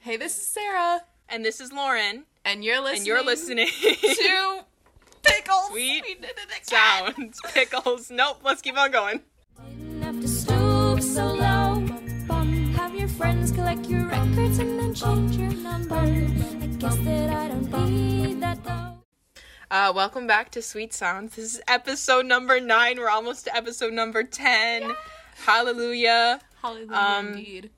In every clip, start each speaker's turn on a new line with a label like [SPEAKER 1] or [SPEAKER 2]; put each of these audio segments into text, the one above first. [SPEAKER 1] Hey, this is Sarah,
[SPEAKER 2] And this is Lauren,
[SPEAKER 1] and you're listening.
[SPEAKER 2] and you're listening
[SPEAKER 1] to Pickles.
[SPEAKER 2] Sweet
[SPEAKER 1] we did it again.
[SPEAKER 2] Sounds, Pickles. Nope, let's keep on going.
[SPEAKER 3] Didn't have to stoop so low. Have your friends collect your records and then change your number. I guess that I don't need that though.
[SPEAKER 2] Uh, welcome back to Sweet Sounds. This is episode number nine. We're almost to episode number 10. Hallelujah.
[SPEAKER 1] Hallelujah,
[SPEAKER 2] Um,
[SPEAKER 1] indeed.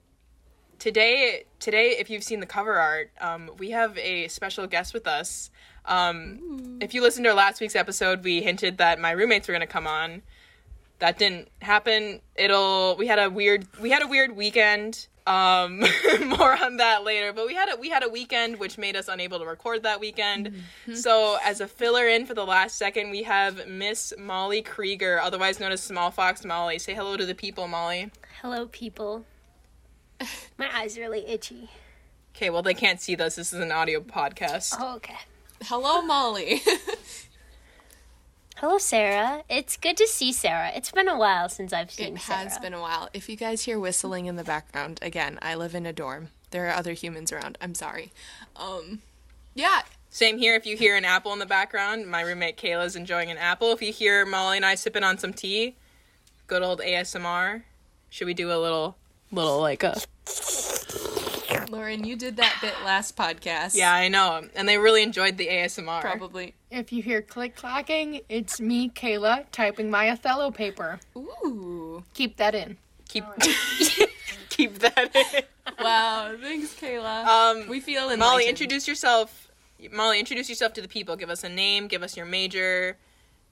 [SPEAKER 2] Today, today, if you've seen the cover art, um, we have a special guest with us. Um, if you listened to our last week's episode, we hinted that my roommates were going to come on. That didn't happen. It'll. We had a weird. We had a weird weekend. Um, more on that later. But we had a we had a weekend which made us unable to record that weekend. So as a filler in for the last second, we have Miss Molly Krieger, otherwise known as Small Fox Molly. Say hello to the people, Molly.
[SPEAKER 4] Hello, people. My eyes are really itchy.
[SPEAKER 2] Okay, well they can't see this. This is an audio podcast.
[SPEAKER 4] Oh, okay.
[SPEAKER 1] Hello, Molly.
[SPEAKER 4] Hello, Sarah. It's good to see Sarah. It's been a while since I've seen
[SPEAKER 1] it
[SPEAKER 4] Sarah.
[SPEAKER 1] has been a while. If you guys hear whistling in the background, again, I live in a dorm. There are other humans around. I'm sorry. Um, yeah.
[SPEAKER 2] Same here. If you hear an apple in the background, my roommate Kayla's enjoying an apple. If you hear Molly and I sipping on some tea, good old ASMR. Should we do a little, little like a?
[SPEAKER 1] Lauren, you did that bit last podcast.
[SPEAKER 2] Yeah, I know. And they really enjoyed the ASMR.
[SPEAKER 1] Probably.
[SPEAKER 5] If you hear click clacking, it's me, Kayla, typing my Othello paper.
[SPEAKER 1] Ooh.
[SPEAKER 5] Keep that in.
[SPEAKER 1] Oh,
[SPEAKER 2] Keep, keep that in.
[SPEAKER 1] Wow. Thanks, Kayla.
[SPEAKER 2] Um,
[SPEAKER 1] we feel enlightened.
[SPEAKER 2] Molly, introduce yourself. Molly, introduce yourself to the people. Give us a name. Give us your major.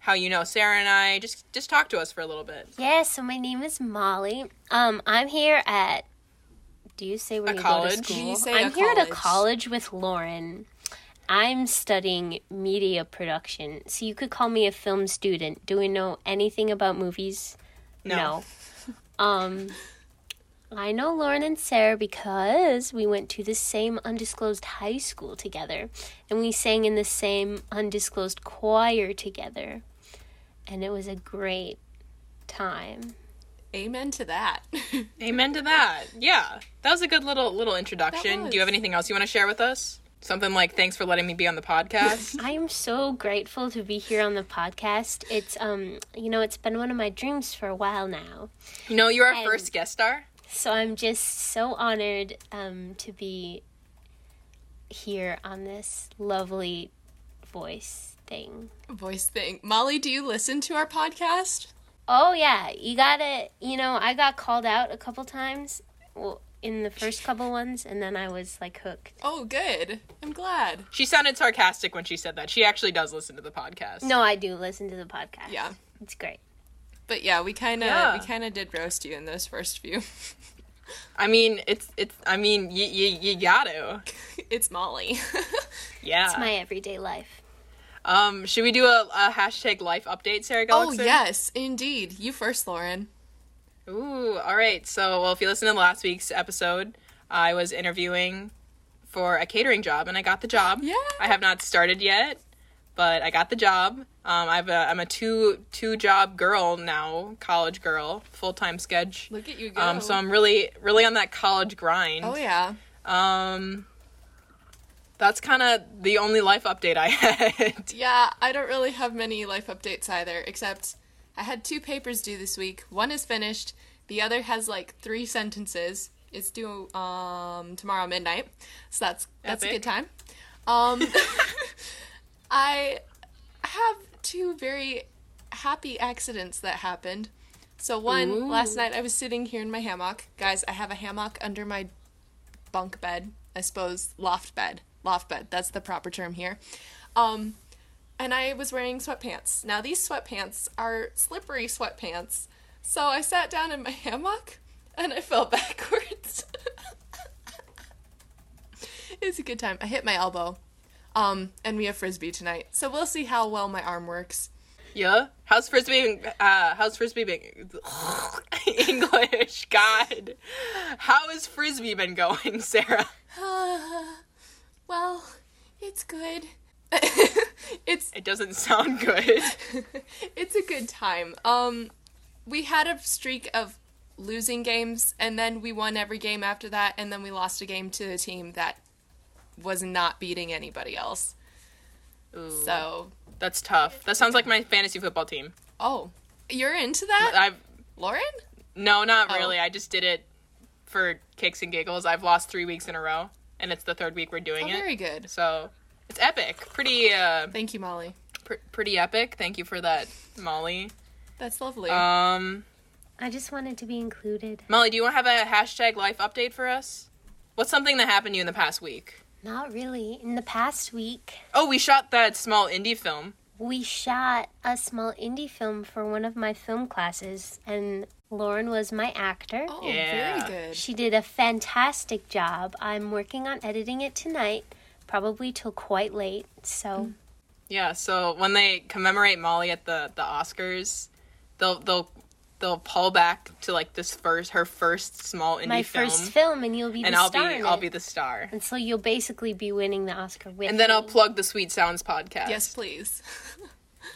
[SPEAKER 2] How you know Sarah and I? Just, just talk to us for a little bit.
[SPEAKER 4] Yeah, so my name is Molly. Um, I'm here at. Do you say when
[SPEAKER 2] A
[SPEAKER 4] you
[SPEAKER 2] college?
[SPEAKER 4] go to
[SPEAKER 2] Do
[SPEAKER 4] school?
[SPEAKER 1] you say
[SPEAKER 4] I'm
[SPEAKER 1] a
[SPEAKER 4] here at a
[SPEAKER 1] college?
[SPEAKER 4] college with Lauren. I'm studying media production, so you could call me a film student. Do we know anything about movies?
[SPEAKER 2] No.
[SPEAKER 4] No. Um, I know Lauren and Sarah because we went to the same undisclosed high school together, and we sang in the same undisclosed choir together, and it was a great time.
[SPEAKER 1] Amen to that.
[SPEAKER 2] Amen to that. Yeah, that was a good little little introduction. Do you have
[SPEAKER 1] was.
[SPEAKER 2] anything else you want to share with us? Something like thanks for letting me be on the podcast.
[SPEAKER 4] I am so grateful to be here on the podcast. It's um, you know, it's been one of my dreams for a while now.
[SPEAKER 2] you know, you're our
[SPEAKER 1] Um,
[SPEAKER 4] And-
[SPEAKER 2] first guest star.
[SPEAKER 4] So I'm just so honored um to be here on this lovely voice thing.
[SPEAKER 1] Voice thing. Molly, do you listen to our podcast?
[SPEAKER 4] Oh yeah, you gotta. You know, I got called out a couple times. Well, in the first couple ones, and then I was like hooked.
[SPEAKER 1] Oh, good. I'm glad.
[SPEAKER 2] She sounded sarcastic when she said that. She actually does listen to the podcast.
[SPEAKER 4] No, I do listen to the podcast.
[SPEAKER 1] Yeah.
[SPEAKER 4] it's great.
[SPEAKER 1] But yeah, we kind of
[SPEAKER 2] Yeah.
[SPEAKER 1] we kind of did roast you in those first few.
[SPEAKER 2] I mean it's it's. I mean you you you got to.
[SPEAKER 1] it's Molly. Uh.
[SPEAKER 2] Yeah.
[SPEAKER 4] It's my everyday life.
[SPEAKER 2] um. Should we do a, a hashtag life update, Sarah
[SPEAKER 1] oh
[SPEAKER 2] Galaxy?
[SPEAKER 1] yes, indeed. You first, Lauren.
[SPEAKER 2] Ooh, all right. So, well, if you listen to last week's episode, I was interviewing for a catering job, and I got the job.
[SPEAKER 1] Yay.
[SPEAKER 2] I have not started yet, but I got the job. Um, I've a, I'm a two two job girl now, college girl, full time sketch.
[SPEAKER 1] Look at you go.
[SPEAKER 2] Um, so I'm really really on that college grind.
[SPEAKER 1] oh yeah.
[SPEAKER 2] Um, that's kind of the only life update I had.
[SPEAKER 1] Yeah, I don't really have many life updates either, except I had two papers due this week. One is finished, the other has like three sentences. It's due um tomorrow midnight. So that's that's a
[SPEAKER 2] Epic.
[SPEAKER 1] good time. Um I have two very happy accidents that happened. So one last night I was sitting here in my hammock. Guys, I have a hammock under my bunk bed, I suppose loft bed. Loft bed, that's the proper term here. Um and I was wearing sweatpants. Now these sweatpants are slippery sweatpants. So I sat down in my hammock and I fell backwards. it's a good time. I hit my elbow. Um and we have frisbee tonight. So we'll see how well my arm works.
[SPEAKER 2] yeah. How's frisbee? Uh, how's frisbee being? English, God. How has frisbee been going, Sarah?
[SPEAKER 1] Uh, well, it's good. it's
[SPEAKER 2] It doesn't sound good.
[SPEAKER 1] it's a good time. Um, we had a streak of losing games, and then we won every game after that, and then we lost a game to a team that was not beating anybody else.
[SPEAKER 2] Ooh,
[SPEAKER 1] So,
[SPEAKER 2] that's tough. That sounds like my fantasy football team.
[SPEAKER 1] oh, you're into that,
[SPEAKER 2] I've
[SPEAKER 1] Lauren?
[SPEAKER 2] no, not
[SPEAKER 1] Oh.
[SPEAKER 2] really. I just did it for kicks and giggles. I've lost three weeks in a row, and it's the third week we're doing
[SPEAKER 1] Oh,
[SPEAKER 2] it.
[SPEAKER 1] very good.
[SPEAKER 2] So it's epic. Pretty, uh,
[SPEAKER 1] Thank you, Molly.
[SPEAKER 2] pr- pretty epic. Thank you for that, Molly.
[SPEAKER 1] That's lovely.
[SPEAKER 2] Um,
[SPEAKER 4] I just wanted to be included.
[SPEAKER 2] Molly, do you want to have a hashtag life update for us? What's something that happened to you in the past week?
[SPEAKER 4] Not really. In the past week,
[SPEAKER 2] Oh, we shot that small indie film.
[SPEAKER 4] we shot a small indie film for one of my film classes, and Lauren was my actor.
[SPEAKER 1] oh,
[SPEAKER 2] yeah.
[SPEAKER 1] very good.
[SPEAKER 4] She did a fantastic job. I'm working on editing it tonight, probably till quite late. So
[SPEAKER 2] Yeah, so when they commemorate Molly at the the Oscars, they'll they'll they'll pull back to like this first her first small indie
[SPEAKER 4] my
[SPEAKER 2] film,
[SPEAKER 4] first film, and you'll be
[SPEAKER 2] and
[SPEAKER 4] the
[SPEAKER 2] I'll be
[SPEAKER 4] star in
[SPEAKER 2] I'll
[SPEAKER 4] it.
[SPEAKER 2] be the star.
[SPEAKER 4] and so you'll basically be winning the Oscar with.
[SPEAKER 2] And then I'll
[SPEAKER 4] me.
[SPEAKER 2] plug the Sweet Sounds podcast.
[SPEAKER 1] Yes, please.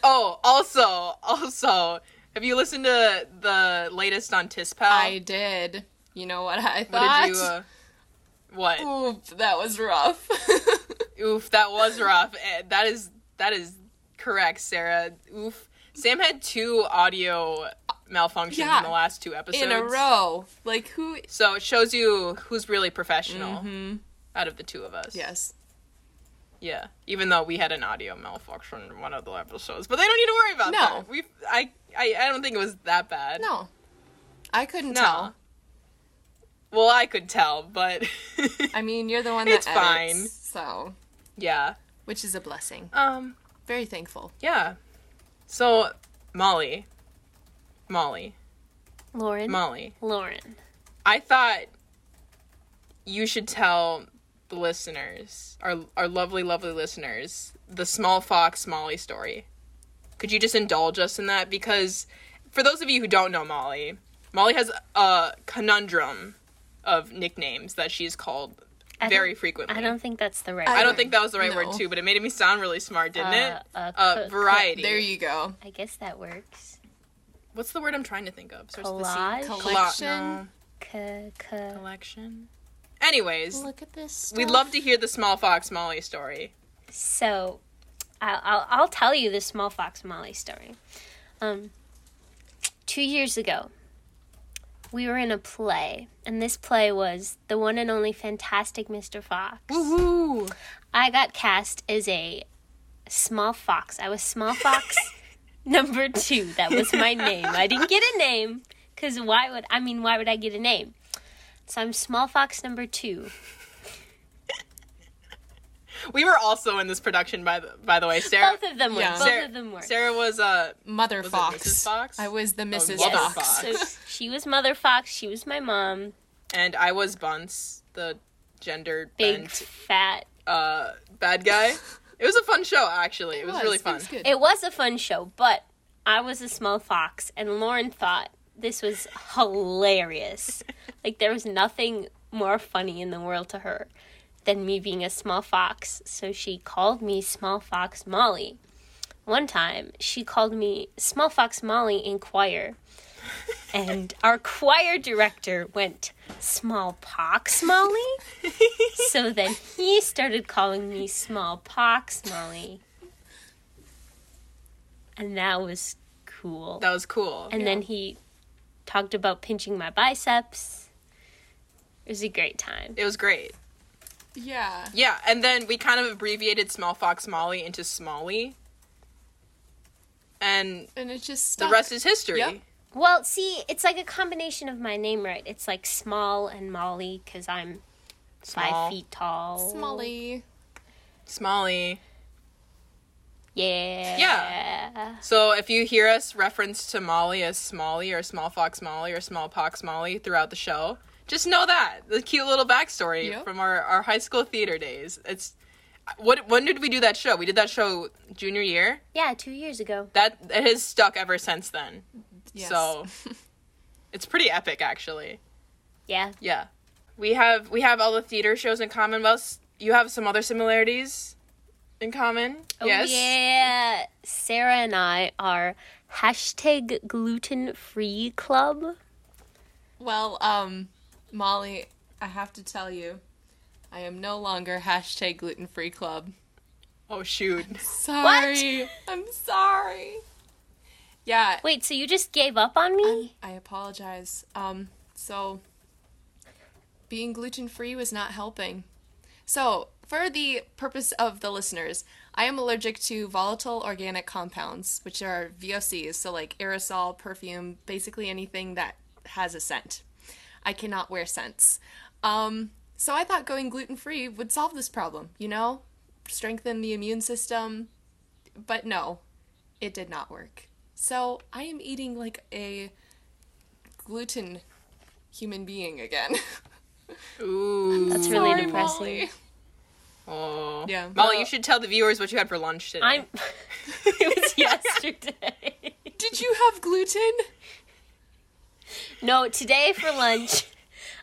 [SPEAKER 2] Oh, also, also, have you listened to the latest on Tispal?
[SPEAKER 1] I did. You know what I
[SPEAKER 2] Uh, what
[SPEAKER 1] thought?
[SPEAKER 2] did you uh, what?
[SPEAKER 1] Oof, that was rough.
[SPEAKER 2] Oof, that was rough. Eh, That is that is correct, Sarah. Oof. Sam had two audio malfunctions
[SPEAKER 1] Yeah.
[SPEAKER 2] in the last two episodes.
[SPEAKER 1] in a row. Like who?
[SPEAKER 2] So it shows you who's really professional out of the two of us.
[SPEAKER 1] Mm-hmm. Yes.
[SPEAKER 2] Yeah. Even though we had an audio malfunction in one of the episodes, but they don't need to worry about
[SPEAKER 1] No.
[SPEAKER 2] that. We I, I I don't think it was that bad.
[SPEAKER 1] No. I couldn't
[SPEAKER 2] No.
[SPEAKER 1] tell.
[SPEAKER 2] Well, I could tell, but
[SPEAKER 1] I mean, you're the one that
[SPEAKER 2] It's fine.
[SPEAKER 1] edits, so
[SPEAKER 2] yeah.
[SPEAKER 1] which is a blessing.
[SPEAKER 2] Um
[SPEAKER 1] Very thankful.
[SPEAKER 2] yeah. So Molly Molly
[SPEAKER 4] Lauren.
[SPEAKER 2] Molly
[SPEAKER 4] Lauren.
[SPEAKER 2] I thought you should tell the listeners, our our lovely, lovely listeners, the small fox Molly story. Could you just indulge us in that? Because for those of you who don't know Molly, Molly has a conundrum of nicknames that she's called
[SPEAKER 4] I
[SPEAKER 2] very
[SPEAKER 4] don't-
[SPEAKER 2] frequently.
[SPEAKER 4] I don't think that's the right.
[SPEAKER 1] I
[SPEAKER 2] I
[SPEAKER 4] word.
[SPEAKER 2] don't think that was the right
[SPEAKER 1] No.
[SPEAKER 2] word too, but it made me sound really smart, didn't
[SPEAKER 4] Uh,
[SPEAKER 2] it?
[SPEAKER 4] uh,
[SPEAKER 2] Uh,
[SPEAKER 4] co- co-
[SPEAKER 2] variety.
[SPEAKER 1] There you go.
[SPEAKER 4] I guess that works.
[SPEAKER 2] What's the word I'm trying to think of? Starts with a C.
[SPEAKER 4] Collage.
[SPEAKER 1] Colla-
[SPEAKER 2] Colla-
[SPEAKER 1] Collection?
[SPEAKER 4] C- c-
[SPEAKER 2] no, collection. Anyways,
[SPEAKER 4] Look at this.
[SPEAKER 2] We'd
[SPEAKER 4] stuff.
[SPEAKER 2] love to hear the small fox Molly story.
[SPEAKER 4] So, I'll, I'll, I'll tell you the small fox Molly story. Um, two years ago, we were in a play, and this play was the one and only Fantastic Mr. Fox.
[SPEAKER 2] Woo!
[SPEAKER 4] I got cast as a small fox. I was small fox number two. That was my name. I didn't get a name because why would I mean why would I get a name? So I'm small fox number two.
[SPEAKER 2] We were also in this production by the by the way, Sarah.
[SPEAKER 4] Both of them were.
[SPEAKER 1] Yeah.
[SPEAKER 4] Both
[SPEAKER 2] Sarah,
[SPEAKER 4] of them were.
[SPEAKER 2] Sarah was uh
[SPEAKER 1] Mother
[SPEAKER 2] Was it
[SPEAKER 1] Fox.
[SPEAKER 2] Mrs. Fox? Oh,
[SPEAKER 1] I was the Mrs.
[SPEAKER 2] Mother
[SPEAKER 1] Fox.
[SPEAKER 2] Fox.
[SPEAKER 4] So she was mother fox. She was my mom.
[SPEAKER 2] and I was Bunce, the gender
[SPEAKER 4] Big
[SPEAKER 2] bent
[SPEAKER 4] fat.
[SPEAKER 2] uh bad guy. It was a fun show actually. It, was, really fun.
[SPEAKER 1] was good.
[SPEAKER 4] It was a fun show, but I was a small fox, and Lauren thought this was hilarious. like there was nothing more funny in the world to her than me being a small fox. So she called me Small Fox Molly. One time, she called me Small Fox Molly in choir. And our choir director went, Smallpox Molly? so then he started calling me Smallpox Molly. And that was cool.
[SPEAKER 2] That was cool.
[SPEAKER 4] and then he talked about pinching my biceps. It was a great time.
[SPEAKER 2] it was great.
[SPEAKER 1] Yeah.
[SPEAKER 2] Yeah, and then we kind of abbreviated small fox Molly into Smalley. And
[SPEAKER 1] And it just
[SPEAKER 2] the
[SPEAKER 1] stuck.
[SPEAKER 2] rest is history.
[SPEAKER 1] Yep.
[SPEAKER 4] Well, see, it's like a combination of my name, right? It's like Small and Molly because I'm
[SPEAKER 2] Small.
[SPEAKER 4] five feet tall.
[SPEAKER 1] Smalley.
[SPEAKER 2] Smalley.
[SPEAKER 4] Yeah.
[SPEAKER 2] So if you hear us reference to Molly as Smalley or Small Fox Molly or Smallpox Molly throughout the show, just know that the cute little backstory
[SPEAKER 1] Yep.
[SPEAKER 2] from our, our high school theater days. It's what when did we do that show? We did that show junior year.
[SPEAKER 4] Yeah, two years ago.
[SPEAKER 2] That it has stuck ever since then.
[SPEAKER 1] Yes.
[SPEAKER 2] So it's pretty epic, actually.
[SPEAKER 4] Yeah.
[SPEAKER 2] Yeah, we have we have all the theater shows in common. Most you have some other similarities in common. yes.
[SPEAKER 4] Oh, yeah. Sarah and I are hashtag gluten free club.
[SPEAKER 1] Well, um, Molly, I have to tell you, I am no longer hashtag gluten free club.
[SPEAKER 2] Oh shoot.
[SPEAKER 1] Sorry. I'm sorry. Yeah,
[SPEAKER 4] Wait, so you just gave up on me?
[SPEAKER 1] I apologize. Um, so being gluten free was not helping. So, for the purpose of the listeners, I am allergic to volatile organic compounds, which are VOCs, so like aerosol, perfume, basically anything that has a scent. I cannot wear scents. Um, so I thought going gluten free would solve this problem, you know? Strengthen the immune system. But no, it did not work. So I am eating like a gluten human being again.
[SPEAKER 2] Ooh.
[SPEAKER 4] That's really
[SPEAKER 1] Sorry,
[SPEAKER 4] depressing.
[SPEAKER 1] Molly.
[SPEAKER 2] Oh.
[SPEAKER 1] Yeah.
[SPEAKER 2] Molly, you should tell the viewers what you had for lunch today.
[SPEAKER 4] I'm. it was yesterday.
[SPEAKER 1] Did you have gluten?
[SPEAKER 4] No, today for lunch,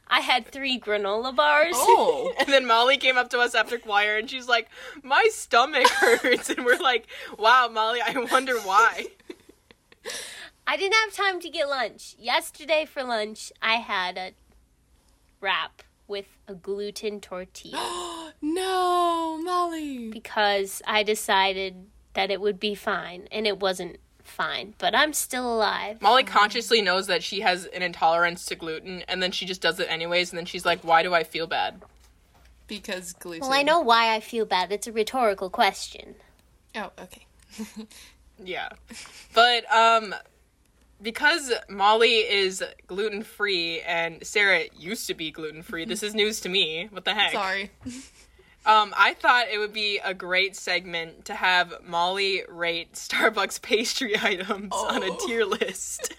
[SPEAKER 4] I had three granola bars.
[SPEAKER 1] Oh.
[SPEAKER 2] And then Molly came up to us after choir and she's like, My stomach hurts. And we're like, Wow, Molly, I wonder why.
[SPEAKER 4] I didn't have time to get lunch. Yesterday for lunch, I had a wrap with a gluten tortilla
[SPEAKER 1] no, Molly.
[SPEAKER 4] because I decided that it would be fine, and it wasn't fine, but I'm still alive.
[SPEAKER 2] Molly consciously knows that she has an intolerance to gluten and then she just does it anyways. And then she's like, Why do I feel bad?
[SPEAKER 1] Because gluten.
[SPEAKER 4] Well, I know why I feel bad. It's a rhetorical question.
[SPEAKER 1] Oh, okay.
[SPEAKER 2] Yeah. But um because Molly is gluten free and Sarah used to be gluten free, this is news to me. What the heck?
[SPEAKER 1] Sorry.
[SPEAKER 2] Um, I thought it would be a great segment to have Molly rate Starbucks pastry items on a tier list.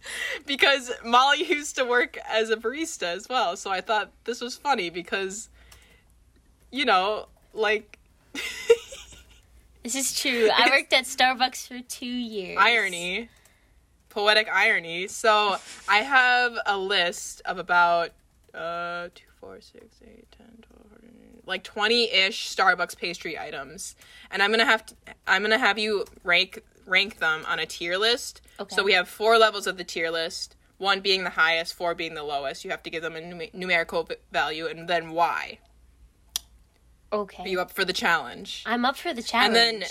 [SPEAKER 2] because Molly used to work as a barista as well, so I thought this was funny because you know, like
[SPEAKER 4] This is true. I worked at Starbucks for two years.
[SPEAKER 2] irony, poetic irony. So I have a list of about uh, 2, 4, 6, 8, 10, 12, 14, like 20 ish Starbucks pastry items. And I'm going to have to, I'm going to have you rank, rank them on a tier list.
[SPEAKER 4] Okay.
[SPEAKER 2] So we have four levels of the tier list. One being the highest, four being the lowest. You have to give them a num- numerical v- value and then why. Are
[SPEAKER 4] Okay.
[SPEAKER 2] you up for the challenge?
[SPEAKER 4] I'm up for the challenge.
[SPEAKER 2] then-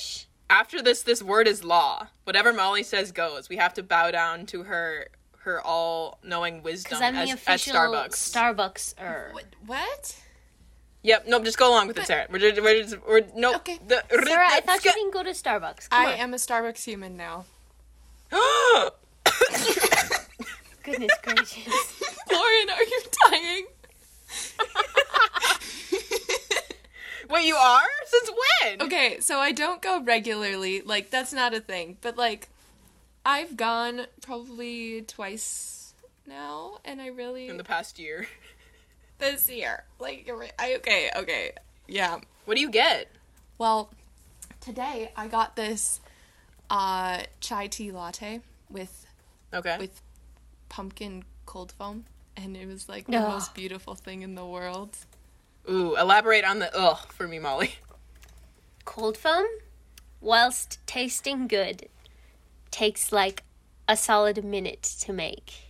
[SPEAKER 2] after this this word is law whatever molly says goes we have to bow down to her her all-knowing wisdom
[SPEAKER 4] because I'm
[SPEAKER 2] as,
[SPEAKER 4] the
[SPEAKER 2] as
[SPEAKER 4] official
[SPEAKER 2] starbucks
[SPEAKER 4] Starbuckser.
[SPEAKER 1] What? what?
[SPEAKER 2] yep nope just go along with it sarah we're just, we're just we're nope
[SPEAKER 1] Okay.
[SPEAKER 2] The-
[SPEAKER 4] Sarah, I
[SPEAKER 2] that's
[SPEAKER 4] thought you
[SPEAKER 2] good.
[SPEAKER 4] didn't go to Starbucks. Come
[SPEAKER 1] I
[SPEAKER 4] on.
[SPEAKER 1] am a Starbucks human now.
[SPEAKER 4] Goodness gracious.
[SPEAKER 1] Lauren, are you dying?
[SPEAKER 2] wait you are since when
[SPEAKER 1] Okay, so I don't go regularly. Like, that's not a thing. But, like, I've gone probably twice now, and I really.
[SPEAKER 2] in the past year
[SPEAKER 1] this year. Like, you're right. I, okay, okay. Yeah.
[SPEAKER 2] what do you get
[SPEAKER 1] Well, today I got this uh, chai tea latte with
[SPEAKER 2] okay
[SPEAKER 1] with pumpkin cold foam, and it was like the
[SPEAKER 4] Ugh.
[SPEAKER 1] most beautiful thing in the world.
[SPEAKER 2] ooh elaborate on the ugh for me molly
[SPEAKER 4] Cold foam, whilst tasting good, takes like a solid minute to make.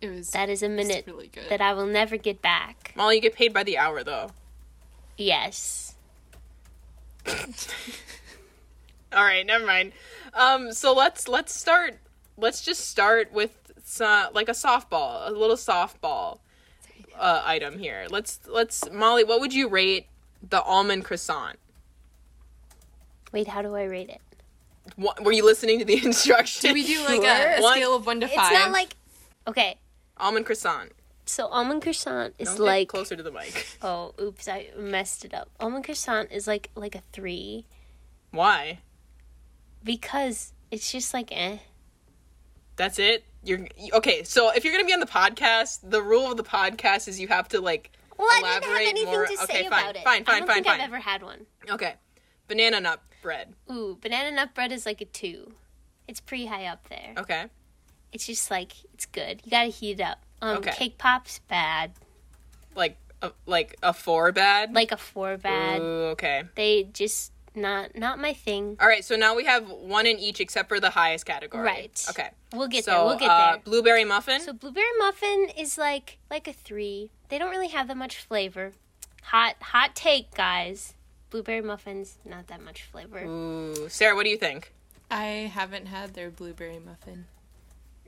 [SPEAKER 1] It was
[SPEAKER 4] That is a minute
[SPEAKER 1] really good.
[SPEAKER 4] that I will never get back.
[SPEAKER 2] molly you get paid by the hour though
[SPEAKER 4] Yes.
[SPEAKER 2] All right, never mind. Um, so let's let's start. Let's just start with some, like a softball, a little softball uh, item here. Let's let's Molly, what would you rate the almond croissant?
[SPEAKER 4] Wait, how do I rate it?
[SPEAKER 2] What, were you listening to the instructions?
[SPEAKER 1] Did we do like a, a
[SPEAKER 2] One-
[SPEAKER 1] scale of one to
[SPEAKER 4] It's
[SPEAKER 1] five?
[SPEAKER 4] not like. Okay,
[SPEAKER 2] almond croissant?
[SPEAKER 4] so almond croissant is
[SPEAKER 2] Don't get
[SPEAKER 4] like.
[SPEAKER 2] closer to the mic.
[SPEAKER 4] Oh, oops, I messed it up. Almond croissant is like like a three
[SPEAKER 2] Why?
[SPEAKER 4] because it's just like eh.
[SPEAKER 2] That's it. You're okay. So if you're gonna be on the podcast, the rule of the podcast is you have to like
[SPEAKER 4] Well, I didn't have
[SPEAKER 2] Elaborate
[SPEAKER 4] anything
[SPEAKER 2] more.
[SPEAKER 4] to say
[SPEAKER 2] Okay, fine,
[SPEAKER 4] about it.
[SPEAKER 2] fine, fine,
[SPEAKER 4] I don't
[SPEAKER 2] fine,
[SPEAKER 4] think
[SPEAKER 2] fine.
[SPEAKER 4] I've ever had one.
[SPEAKER 2] okay, banana nut bread.
[SPEAKER 4] Ooh, banana nut bread is like a two. It's pretty high up there.
[SPEAKER 2] Okay.
[SPEAKER 4] It's just like it's good. You gotta heat it up. Um,
[SPEAKER 2] Okay.
[SPEAKER 4] cake pops bad,
[SPEAKER 2] like a, like a four bad.
[SPEAKER 4] like a four bad.
[SPEAKER 2] Ooh, okay.
[SPEAKER 4] They just not not my thing.
[SPEAKER 2] All right, so now we have one in each except for the highest category.
[SPEAKER 4] Right.
[SPEAKER 2] Okay.
[SPEAKER 4] We'll get
[SPEAKER 2] so,
[SPEAKER 4] there. We'll get
[SPEAKER 2] uh,
[SPEAKER 4] there.
[SPEAKER 2] Blueberry muffin.
[SPEAKER 4] So blueberry muffin is like like a three. They don't really have that much flavor. Hot hot take, guys. Blueberry muffins not that much flavor.
[SPEAKER 2] Mm. Ooh, Sarah, what do you think?
[SPEAKER 1] I haven't had their blueberry muffin.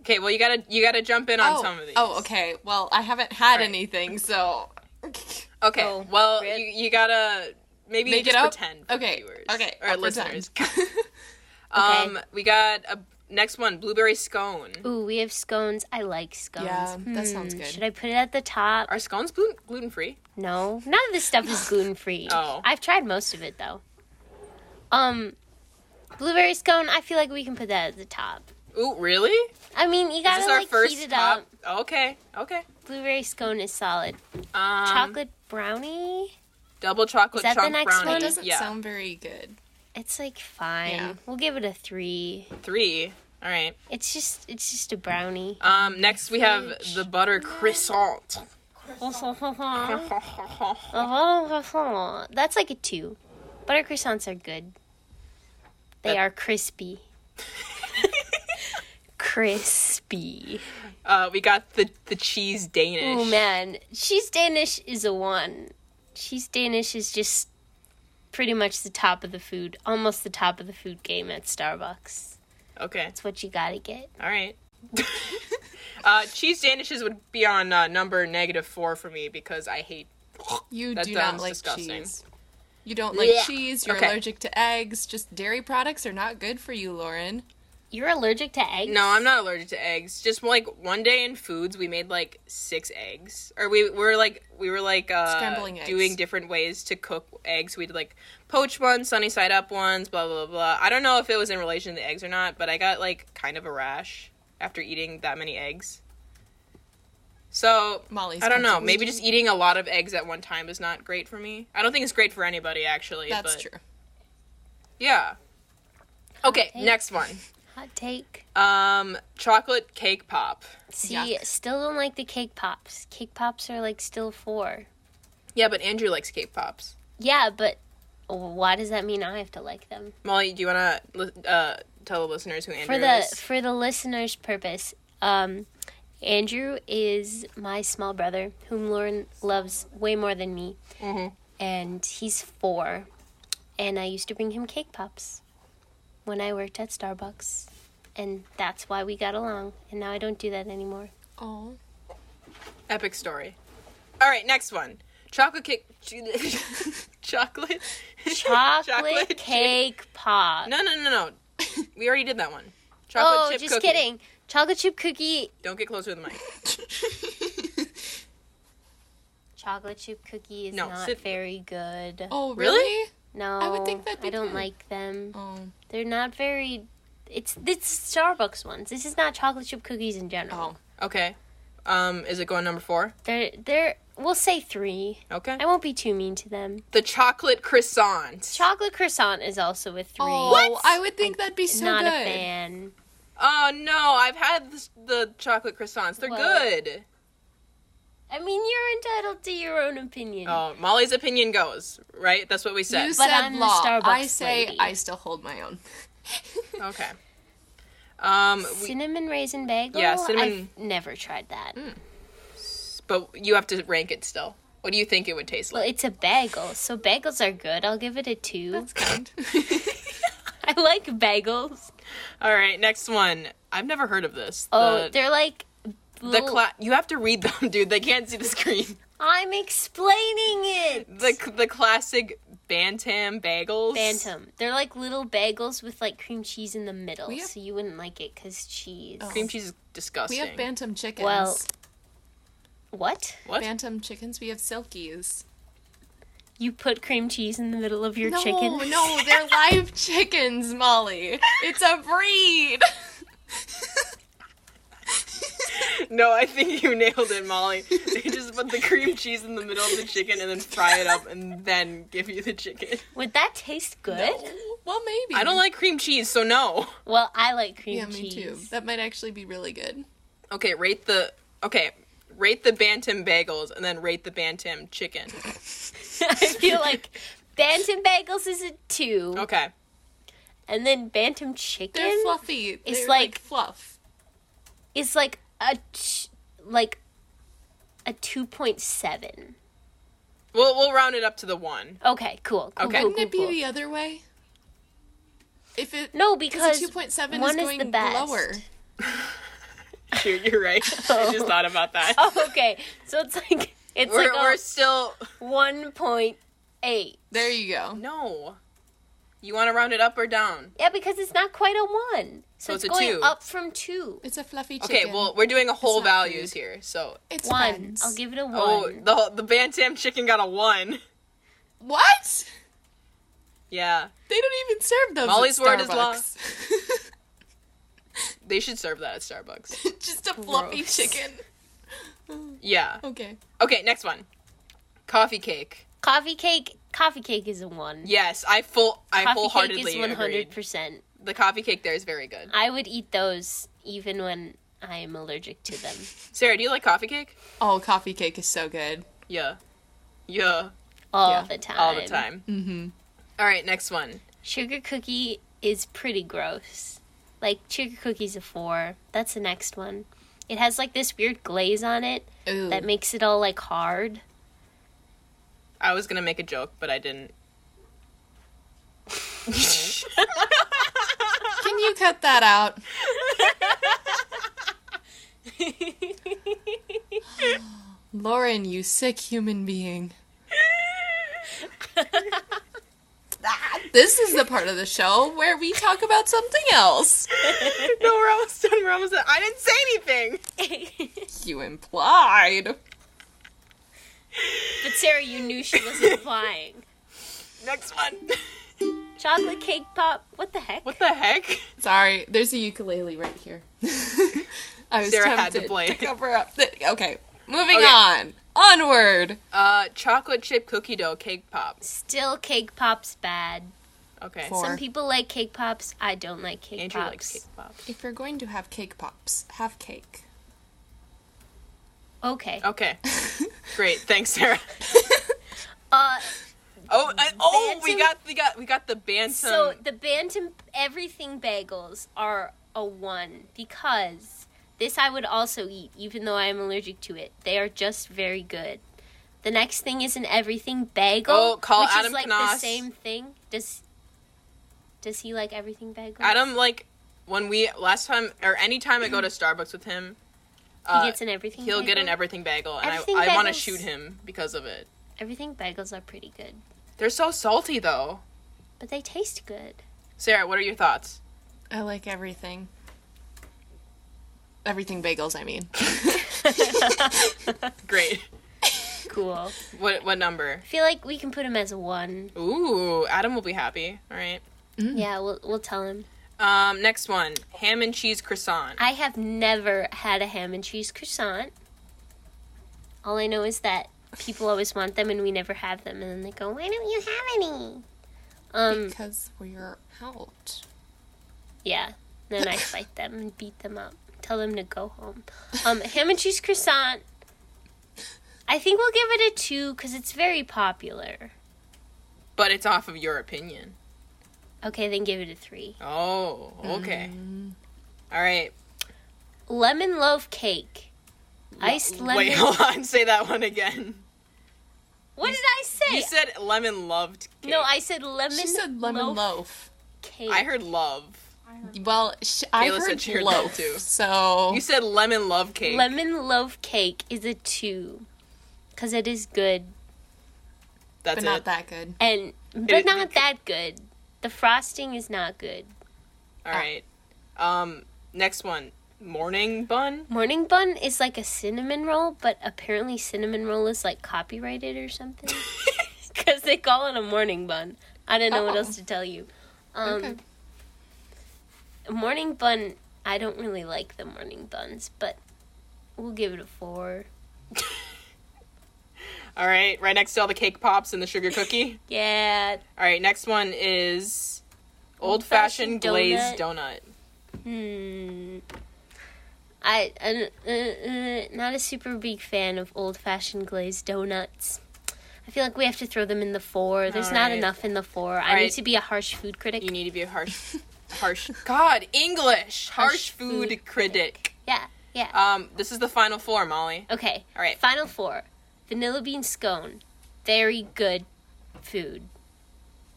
[SPEAKER 2] Okay, well you gotta you gotta jump in on
[SPEAKER 1] oh,
[SPEAKER 2] some of these.
[SPEAKER 1] oh, okay. Well, I haven't had
[SPEAKER 2] right.
[SPEAKER 1] anything, so
[SPEAKER 2] Okay.
[SPEAKER 4] Oh,
[SPEAKER 2] well,
[SPEAKER 4] rip.
[SPEAKER 2] you, you gotta maybe
[SPEAKER 1] Make it
[SPEAKER 2] just
[SPEAKER 1] up?
[SPEAKER 2] pretend. for
[SPEAKER 1] Okay,
[SPEAKER 2] Viewers,
[SPEAKER 1] okay,
[SPEAKER 2] Or
[SPEAKER 1] I'll
[SPEAKER 2] listeners.
[SPEAKER 1] pretend.
[SPEAKER 2] um, we got a next one, blueberry scone.
[SPEAKER 4] Ooh, we have scones. I like scones.
[SPEAKER 1] Yeah, that sounds
[SPEAKER 4] Hmm,
[SPEAKER 1] good.
[SPEAKER 4] Should I put it at the top?
[SPEAKER 2] Are scones gluten gluten free?
[SPEAKER 4] No, none of this stuff is gluten free.
[SPEAKER 2] Oh.
[SPEAKER 4] I've tried most of it though. Um, blueberry scone. I feel like we can put that at the top.
[SPEAKER 2] Ooh, really?
[SPEAKER 4] I mean, you
[SPEAKER 2] Is
[SPEAKER 4] gotta
[SPEAKER 2] this our
[SPEAKER 4] like
[SPEAKER 2] first
[SPEAKER 4] heat it
[SPEAKER 2] top?
[SPEAKER 4] up.
[SPEAKER 2] Okay, okay.
[SPEAKER 4] Blueberry scone is solid.
[SPEAKER 2] Um,
[SPEAKER 4] Chocolate brownie.
[SPEAKER 2] double chocolate
[SPEAKER 4] Is that the
[SPEAKER 2] chunk
[SPEAKER 4] next
[SPEAKER 2] brownie.
[SPEAKER 1] that
[SPEAKER 4] one?
[SPEAKER 1] doesn't
[SPEAKER 2] Um, yeah,
[SPEAKER 1] sound very good.
[SPEAKER 4] It's like fine.
[SPEAKER 1] Yeah.
[SPEAKER 4] We'll give it a three.
[SPEAKER 2] three. All right.
[SPEAKER 4] It's just it's just a brownie.
[SPEAKER 2] Um, next we have the butter croissant.
[SPEAKER 4] That's like a two. Butter croissants are good. They
[SPEAKER 2] That-
[SPEAKER 4] are crispy. crispy.
[SPEAKER 2] uh, we got the the cheese Danish.
[SPEAKER 4] Oh man, cheese Danish is a one. Cheese Danish is just pretty much the top of the food, almost the top of the food game at Starbucks.
[SPEAKER 2] Okay.
[SPEAKER 4] It's what you gotta get.
[SPEAKER 2] All right. uh, cheese danishes would be on uh, number negative four for me because I hate.
[SPEAKER 1] You
[SPEAKER 2] That
[SPEAKER 1] do not
[SPEAKER 2] sounds
[SPEAKER 1] like
[SPEAKER 2] disgusting.
[SPEAKER 1] cheese. You don't like
[SPEAKER 2] Blech.
[SPEAKER 1] cheese. You're
[SPEAKER 2] Okay.
[SPEAKER 1] allergic to eggs. Just dairy products are not good for you, Lauren.
[SPEAKER 4] You're allergic to eggs?
[SPEAKER 2] No, I'm not allergic to eggs. Just like one day in foods, we made like six eggs, or we were like we were like uh,
[SPEAKER 1] Scrambling eggs.
[SPEAKER 2] doing different ways to cook eggs. We did like poached ones, sunny side up ones, blah blah blah. I don't know if it was in relation to the eggs or not, but I got like kind of a rash after eating that many eggs. So
[SPEAKER 1] Molly's
[SPEAKER 2] I don't know.
[SPEAKER 1] confused.
[SPEAKER 2] Maybe just eating a lot of eggs at one time is not great for me. I don't think it's great for anybody, actually.
[SPEAKER 1] That's
[SPEAKER 2] but,
[SPEAKER 1] true.
[SPEAKER 2] Yeah. Okay,
[SPEAKER 4] take.
[SPEAKER 2] next one.
[SPEAKER 4] Hot take.
[SPEAKER 2] Um, chocolate cake pop.
[SPEAKER 4] See,
[SPEAKER 1] Yuck.
[SPEAKER 4] still don't like the cake pops. Cake pops are like still four.
[SPEAKER 2] Yeah, but Andrew likes cake pops.
[SPEAKER 4] Yeah, but why does that mean I have to like them?
[SPEAKER 2] Molly, do you want to uh, tell the listeners who Andrew
[SPEAKER 4] For the
[SPEAKER 2] is?
[SPEAKER 4] for the listener's purpose, um, Andrew is my small brother, whom Lauren loves way more than me,
[SPEAKER 2] Mm-hmm.
[SPEAKER 4] and he's four. And I used to bring him cake pops when I worked at Starbucks, and that's why we got along. And now I don't do that anymore.
[SPEAKER 1] Oh,
[SPEAKER 2] Epic story. All right, next one. Chocolate cake. chocolate.
[SPEAKER 4] Chocolate,
[SPEAKER 2] Chocolate
[SPEAKER 4] cake pop.
[SPEAKER 2] No, no, no, no. We already did that one. Chocolate
[SPEAKER 4] oh,
[SPEAKER 2] chip
[SPEAKER 4] just
[SPEAKER 2] cookie.
[SPEAKER 4] kidding. Chocolate chip cookie
[SPEAKER 2] Don't get closer to the mic.
[SPEAKER 4] Chocolate chip cookie is
[SPEAKER 2] No,
[SPEAKER 4] not
[SPEAKER 2] sit-
[SPEAKER 4] very good.
[SPEAKER 1] oh,
[SPEAKER 2] Really?
[SPEAKER 1] really?
[SPEAKER 4] no,
[SPEAKER 1] I would think that'd be
[SPEAKER 4] I don't
[SPEAKER 1] good.
[SPEAKER 4] like them.
[SPEAKER 1] Oh,
[SPEAKER 4] They're not very. It's it's Starbucks ones. This is not chocolate chip cookies in general.
[SPEAKER 1] oh,
[SPEAKER 2] Okay. Um, is it going number four?
[SPEAKER 4] They're they're. We'll say three.
[SPEAKER 2] Okay.
[SPEAKER 4] I won't be too mean to them.
[SPEAKER 2] The chocolate croissant.
[SPEAKER 4] Chocolate croissant is also a three.
[SPEAKER 1] oh!
[SPEAKER 2] What?
[SPEAKER 1] I would think that'd be so
[SPEAKER 4] not
[SPEAKER 1] good.
[SPEAKER 4] a fan.
[SPEAKER 2] Oh no, I've had this, the chocolate croissants. They're
[SPEAKER 4] Well-
[SPEAKER 2] good.
[SPEAKER 4] I mean, you're entitled to your own opinion.
[SPEAKER 2] Oh, Molly's opinion goes right. That's what we
[SPEAKER 1] You
[SPEAKER 2] said.
[SPEAKER 1] said
[SPEAKER 4] I'm the
[SPEAKER 1] law.
[SPEAKER 4] Starbucks
[SPEAKER 1] I say
[SPEAKER 4] lady.
[SPEAKER 1] I still hold my own.
[SPEAKER 2] okay. Um, we,
[SPEAKER 4] Cinnamon raisin bagel.
[SPEAKER 2] Yeah, cinnamon-
[SPEAKER 4] I've never tried that.
[SPEAKER 1] Mm.
[SPEAKER 2] but you have to rank it still. What do you think it would taste
[SPEAKER 4] Well,
[SPEAKER 2] like?
[SPEAKER 4] it's a bagel, so bagels are good. I'll give it a two.
[SPEAKER 1] That's kind.
[SPEAKER 4] I like bagels.
[SPEAKER 2] All right, next one. I've never heard of this.
[SPEAKER 4] Oh,
[SPEAKER 2] the,
[SPEAKER 4] they're like
[SPEAKER 2] the
[SPEAKER 4] little-
[SPEAKER 2] cla- You have to read them, dude. They can't see the screen.
[SPEAKER 4] I'm explaining it.
[SPEAKER 2] The the classic bantam bagels.
[SPEAKER 4] Bantam. They're like little bagels with like cream cheese in the middle,
[SPEAKER 1] We have-
[SPEAKER 4] so you wouldn't like it because cheese.
[SPEAKER 1] Oh.
[SPEAKER 2] Cream cheese is
[SPEAKER 1] we
[SPEAKER 2] disgusting.
[SPEAKER 1] have bantam chickens.
[SPEAKER 4] Well, what?
[SPEAKER 2] what?
[SPEAKER 1] bantam chickens. We have silkies.
[SPEAKER 4] You put cream cheese in the middle of your
[SPEAKER 1] no,
[SPEAKER 4] chicken?
[SPEAKER 1] no, they're live chickens, Molly. It's a breed.
[SPEAKER 2] No, I think you nailed it, Molly. they just put the cream cheese in the middle of the chicken and then fry it up and then give you the chicken.
[SPEAKER 4] Would that taste good?
[SPEAKER 1] well, maybe.
[SPEAKER 2] I don't like cream cheese, so no.
[SPEAKER 4] Well, I like cream
[SPEAKER 1] Yeah,
[SPEAKER 4] cheese.
[SPEAKER 1] me too. That might actually be really good.
[SPEAKER 2] Okay, rate the okay,
[SPEAKER 4] Mm-hmm.
[SPEAKER 2] rate the bantam bagels and then rate the bantam chicken.
[SPEAKER 4] I feel like Bantam bagels is a two.
[SPEAKER 2] Okay.
[SPEAKER 4] And then Bantam chicken
[SPEAKER 1] They're fluffy.
[SPEAKER 4] It's
[SPEAKER 1] They're
[SPEAKER 4] like-
[SPEAKER 1] fluff.
[SPEAKER 4] is like a ch- like a 2.7.
[SPEAKER 2] We'll we'll round it up to the one.
[SPEAKER 4] Okay, cool. cool
[SPEAKER 2] Okay.
[SPEAKER 4] cool,
[SPEAKER 1] Wouldn't it
[SPEAKER 4] cool,
[SPEAKER 1] be
[SPEAKER 4] cool.
[SPEAKER 1] the other way? If it
[SPEAKER 4] No,
[SPEAKER 1] because
[SPEAKER 4] because
[SPEAKER 1] two point seven is
[SPEAKER 4] one
[SPEAKER 1] going
[SPEAKER 4] the best.
[SPEAKER 1] lower.
[SPEAKER 2] You're, you're right. I just thought about that.
[SPEAKER 4] Oh, okay. So it's like it's
[SPEAKER 2] we're,
[SPEAKER 4] like a
[SPEAKER 2] we're still
[SPEAKER 4] 1.8.
[SPEAKER 1] There you go.
[SPEAKER 2] no. You want to round it up or down?
[SPEAKER 4] Yeah, because it's not quite a 1.
[SPEAKER 2] So
[SPEAKER 4] So, it's,
[SPEAKER 2] Oh, it's a
[SPEAKER 4] going
[SPEAKER 2] two.
[SPEAKER 4] up from 2.
[SPEAKER 1] It's a fluffy chicken.
[SPEAKER 2] Okay, well we're doing a whole
[SPEAKER 1] It's not
[SPEAKER 2] values here. So
[SPEAKER 1] it's
[SPEAKER 4] 1.
[SPEAKER 1] friends.
[SPEAKER 4] I'll give it a 1.
[SPEAKER 2] oh the whole- the bantam chicken got a one.
[SPEAKER 1] what?
[SPEAKER 2] Yeah,
[SPEAKER 1] They don't even serve those.
[SPEAKER 2] Molly's
[SPEAKER 1] at
[SPEAKER 2] word is law.
[SPEAKER 1] Starbucks.
[SPEAKER 2] they should serve that at Starbucks.
[SPEAKER 1] Just a fluffy
[SPEAKER 4] Gross.
[SPEAKER 1] chicken.
[SPEAKER 2] Yeah.
[SPEAKER 1] Okay.
[SPEAKER 2] Okay, next one. Coffee cake.
[SPEAKER 4] Coffee cake, coffee cake is a 1.
[SPEAKER 2] Yes, I full I
[SPEAKER 4] coffee cake
[SPEAKER 2] wholeheartedly
[SPEAKER 4] is
[SPEAKER 2] agreed.
[SPEAKER 4] 100%.
[SPEAKER 2] The coffee cake there is very good.
[SPEAKER 4] I would eat those even when I am allergic to them.
[SPEAKER 2] Sarah, do you like coffee cake?
[SPEAKER 1] Oh, coffee cake is so good.
[SPEAKER 2] Yeah. Yeah.
[SPEAKER 4] All
[SPEAKER 1] Yeah,
[SPEAKER 4] the time.
[SPEAKER 2] All the time.
[SPEAKER 1] Mhm.
[SPEAKER 2] All right, next one.
[SPEAKER 4] Sugar cookie is pretty gross. Like sugar cookie's a four. That's the next one. It has like this weird glaze on it
[SPEAKER 1] Ooh.
[SPEAKER 4] that makes it all like hard.
[SPEAKER 2] I was gonna make a joke, but I didn't.
[SPEAKER 1] Can you cut that out? Lauren, you sick human being. Ah, this is the part of the show where we talk about something else.
[SPEAKER 2] no, we're almost done. We're almost done. I didn't say anything.
[SPEAKER 4] but
[SPEAKER 1] You implied.
[SPEAKER 4] Sarah, you knew she wasn't flying.
[SPEAKER 2] Next one.
[SPEAKER 4] Chocolate cake pop. What the heck?
[SPEAKER 2] What the heck?
[SPEAKER 1] Sorry, there's a ukulele right here. I was
[SPEAKER 2] Sarah
[SPEAKER 1] tempted
[SPEAKER 2] had to play it.
[SPEAKER 1] cover up. The, okay, moving
[SPEAKER 2] Okay.
[SPEAKER 1] on. Onward.
[SPEAKER 2] Uh, chocolate chip cookie dough cake pop.
[SPEAKER 4] Still, cake pop's bad.
[SPEAKER 2] Okay.
[SPEAKER 1] Four.
[SPEAKER 4] Some people like cake pops. I don't like cake
[SPEAKER 2] Andrew
[SPEAKER 4] pops.
[SPEAKER 2] likes cake pop.
[SPEAKER 1] If you're going to have cake pops, have cake.
[SPEAKER 4] Okay.
[SPEAKER 2] Okay. Great. Thanks, Sarah.
[SPEAKER 4] Uh,
[SPEAKER 2] Oh, and, oh, we
[SPEAKER 4] Bantam-
[SPEAKER 2] got we got we got the bantam.
[SPEAKER 4] So the Bantam everything bagels are a one because this I would also eat, even though I am allergic to it. They are just very good. The next thing is an everything bagel,
[SPEAKER 2] Oh, call
[SPEAKER 4] which
[SPEAKER 2] Adam
[SPEAKER 4] is like the
[SPEAKER 2] Knas.
[SPEAKER 4] same thing. Does does he like everything bagels?
[SPEAKER 2] Adam, like when we last time or any time I go to Starbucks with him, uh,
[SPEAKER 4] he gets an everything.
[SPEAKER 2] he'll get an
[SPEAKER 4] bagel?
[SPEAKER 2] everything bagel, and
[SPEAKER 4] Everything
[SPEAKER 2] I, I want to
[SPEAKER 4] bagels-
[SPEAKER 2] shoot him because of it.
[SPEAKER 4] everything bagels are pretty good,
[SPEAKER 2] They're so salty though.
[SPEAKER 4] but they taste good.
[SPEAKER 2] Sarah, what are your thoughts?
[SPEAKER 1] I like everything. Everything bagels, I mean.
[SPEAKER 2] Great.
[SPEAKER 4] Cool.
[SPEAKER 2] What what number?
[SPEAKER 4] I feel like we can put him as a one.
[SPEAKER 2] Ooh, Adam will be happy. All right.
[SPEAKER 4] Yeah, we'll we'll tell him.
[SPEAKER 2] Um, next one, ham and cheese croissant.
[SPEAKER 4] I have never had a ham and cheese croissant. All I know is that people always want them and we never have them, and then they go, "Why don't you have any?" Um,
[SPEAKER 1] because we're out.
[SPEAKER 4] yeah. Then I fight them and beat them up, tell them to go home. Um, ham and cheese croissant. I think we'll give it a two because it's very popular.
[SPEAKER 2] But it's off of your opinion.
[SPEAKER 4] Okay, then give it a three.
[SPEAKER 2] Oh,
[SPEAKER 4] Mm-hmm.
[SPEAKER 2] okay. All right.
[SPEAKER 4] Lemon loaf cake, iced lemon.
[SPEAKER 2] Wait, hold on. Say that one again.
[SPEAKER 4] what did I say?
[SPEAKER 2] You said lemon loved cake.
[SPEAKER 4] no, I said lemon.
[SPEAKER 1] She said lemon
[SPEAKER 4] loaf,
[SPEAKER 1] loaf.
[SPEAKER 4] cake.
[SPEAKER 2] I heard love.
[SPEAKER 1] Well, sh- I
[SPEAKER 2] Kayla said
[SPEAKER 1] heard
[SPEAKER 2] she heard
[SPEAKER 1] loaf
[SPEAKER 2] that too.
[SPEAKER 1] So
[SPEAKER 2] You said lemon love cake.
[SPEAKER 4] Oh. Lemon loaf cake is a two, cause it is good
[SPEAKER 2] That's
[SPEAKER 1] but
[SPEAKER 2] it.
[SPEAKER 1] not that good.
[SPEAKER 4] and but
[SPEAKER 2] It-
[SPEAKER 4] not that good. The frosting is not good.
[SPEAKER 2] All right. Um, next one, morning bun.
[SPEAKER 4] Morning bun is like a cinnamon roll, but apparently cinnamon roll is like copyrighted or something, cause they call it a morning bun. I don't know what
[SPEAKER 1] Oh.
[SPEAKER 4] else to tell you. Um,
[SPEAKER 1] Okay.
[SPEAKER 4] Morning bun. I don't really like the morning buns, but we'll give it a four.
[SPEAKER 2] All right, right next to all the cake pops and the sugar cookie.
[SPEAKER 4] Yeah.
[SPEAKER 2] all right, next one is old fashioned
[SPEAKER 4] Old-fashioned
[SPEAKER 2] glazed donut.
[SPEAKER 4] Hmm. I, uh, I uh, uh, not a super big fan of old fashioned glazed donuts. I feel like we have to throw them in the four. There's
[SPEAKER 2] All
[SPEAKER 4] not
[SPEAKER 2] right.
[SPEAKER 4] enough in the four. I
[SPEAKER 2] All
[SPEAKER 4] need
[SPEAKER 2] right.
[SPEAKER 4] to be a harsh food critic.
[SPEAKER 2] You need to be a harsh, harsh. God, English. Harsh,
[SPEAKER 4] Harsh
[SPEAKER 2] food,
[SPEAKER 4] food
[SPEAKER 2] critic.
[SPEAKER 4] yeah, yeah.
[SPEAKER 2] Um, this is the final four, Molly.
[SPEAKER 4] okay.
[SPEAKER 2] All right.
[SPEAKER 4] Final four. Vanilla bean scone. Very good food.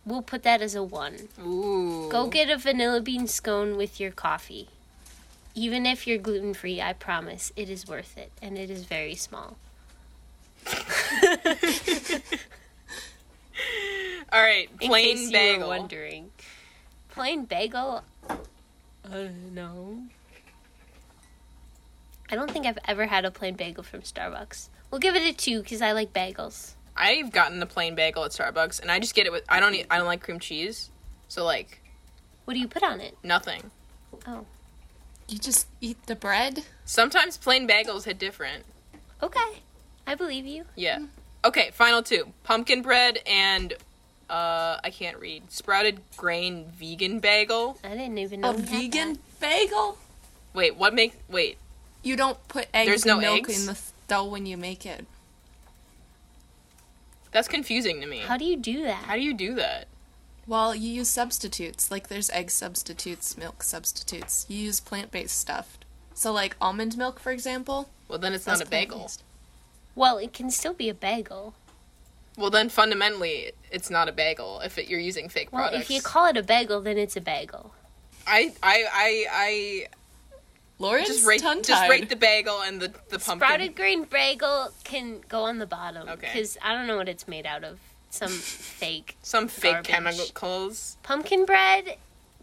[SPEAKER 4] We'll put that as a one.
[SPEAKER 2] Ooh.
[SPEAKER 4] Go get a vanilla bean scone with your coffee. Even if you're gluten free, I promise it is worth it, and it is very small.
[SPEAKER 2] All right,
[SPEAKER 4] In case
[SPEAKER 2] plain
[SPEAKER 4] you
[SPEAKER 2] bagel.
[SPEAKER 4] were wondering, plain bagel. Uh, no. I don't think I've ever had a plain bagel from Starbucks. We'll give it a two because I like bagels.
[SPEAKER 2] I've gotten the plain bagel at Starbucks, and I just get it with. I don't. Eat, I don't like cream cheese, so like
[SPEAKER 4] What do you put on it?
[SPEAKER 2] nothing.
[SPEAKER 1] You just eat the bread.
[SPEAKER 2] Sometimes plain bagels hit different.
[SPEAKER 4] Okay, I believe you.
[SPEAKER 2] Yeah. Okay, final two: pumpkin bread and uh, I can't read. Sprouted grain vegan bagel.
[SPEAKER 4] I didn't even know
[SPEAKER 1] A
[SPEAKER 4] we had
[SPEAKER 1] vegan bagel.
[SPEAKER 2] Wait, what make? Wait,
[SPEAKER 1] You don't put eggs
[SPEAKER 2] There's
[SPEAKER 1] and
[SPEAKER 2] no
[SPEAKER 1] milk
[SPEAKER 2] eggs?
[SPEAKER 1] in the dough when you make it.
[SPEAKER 2] that's confusing to me.
[SPEAKER 4] that. How do you do
[SPEAKER 2] How
[SPEAKER 4] that?
[SPEAKER 2] do you do that?
[SPEAKER 1] Well, you use substitutes. Like there's egg substitutes, milk substitutes. You use plant-based stuff. So like almond milk, for example.
[SPEAKER 2] Well, then it's
[SPEAKER 1] that's
[SPEAKER 2] not a bagel.
[SPEAKER 1] plant-based.
[SPEAKER 4] Well, it can still be a bagel.
[SPEAKER 2] Well, then fundamentally, it's not a bagel if it, you're using fake
[SPEAKER 4] Well,
[SPEAKER 2] products.
[SPEAKER 4] if you call it a bagel, then it's a bagel.
[SPEAKER 2] I, I, I, I
[SPEAKER 1] Lauren's
[SPEAKER 2] just rate,
[SPEAKER 1] tongue-tied.
[SPEAKER 2] just rate the bagel and the the pumpkin.
[SPEAKER 4] Sprouted green bagel can go on the bottom
[SPEAKER 2] Okay.
[SPEAKER 4] because I don't know what it's made out of. Some fake
[SPEAKER 2] Some fake
[SPEAKER 4] Garbage.
[SPEAKER 2] chemicals.
[SPEAKER 4] pumpkin bread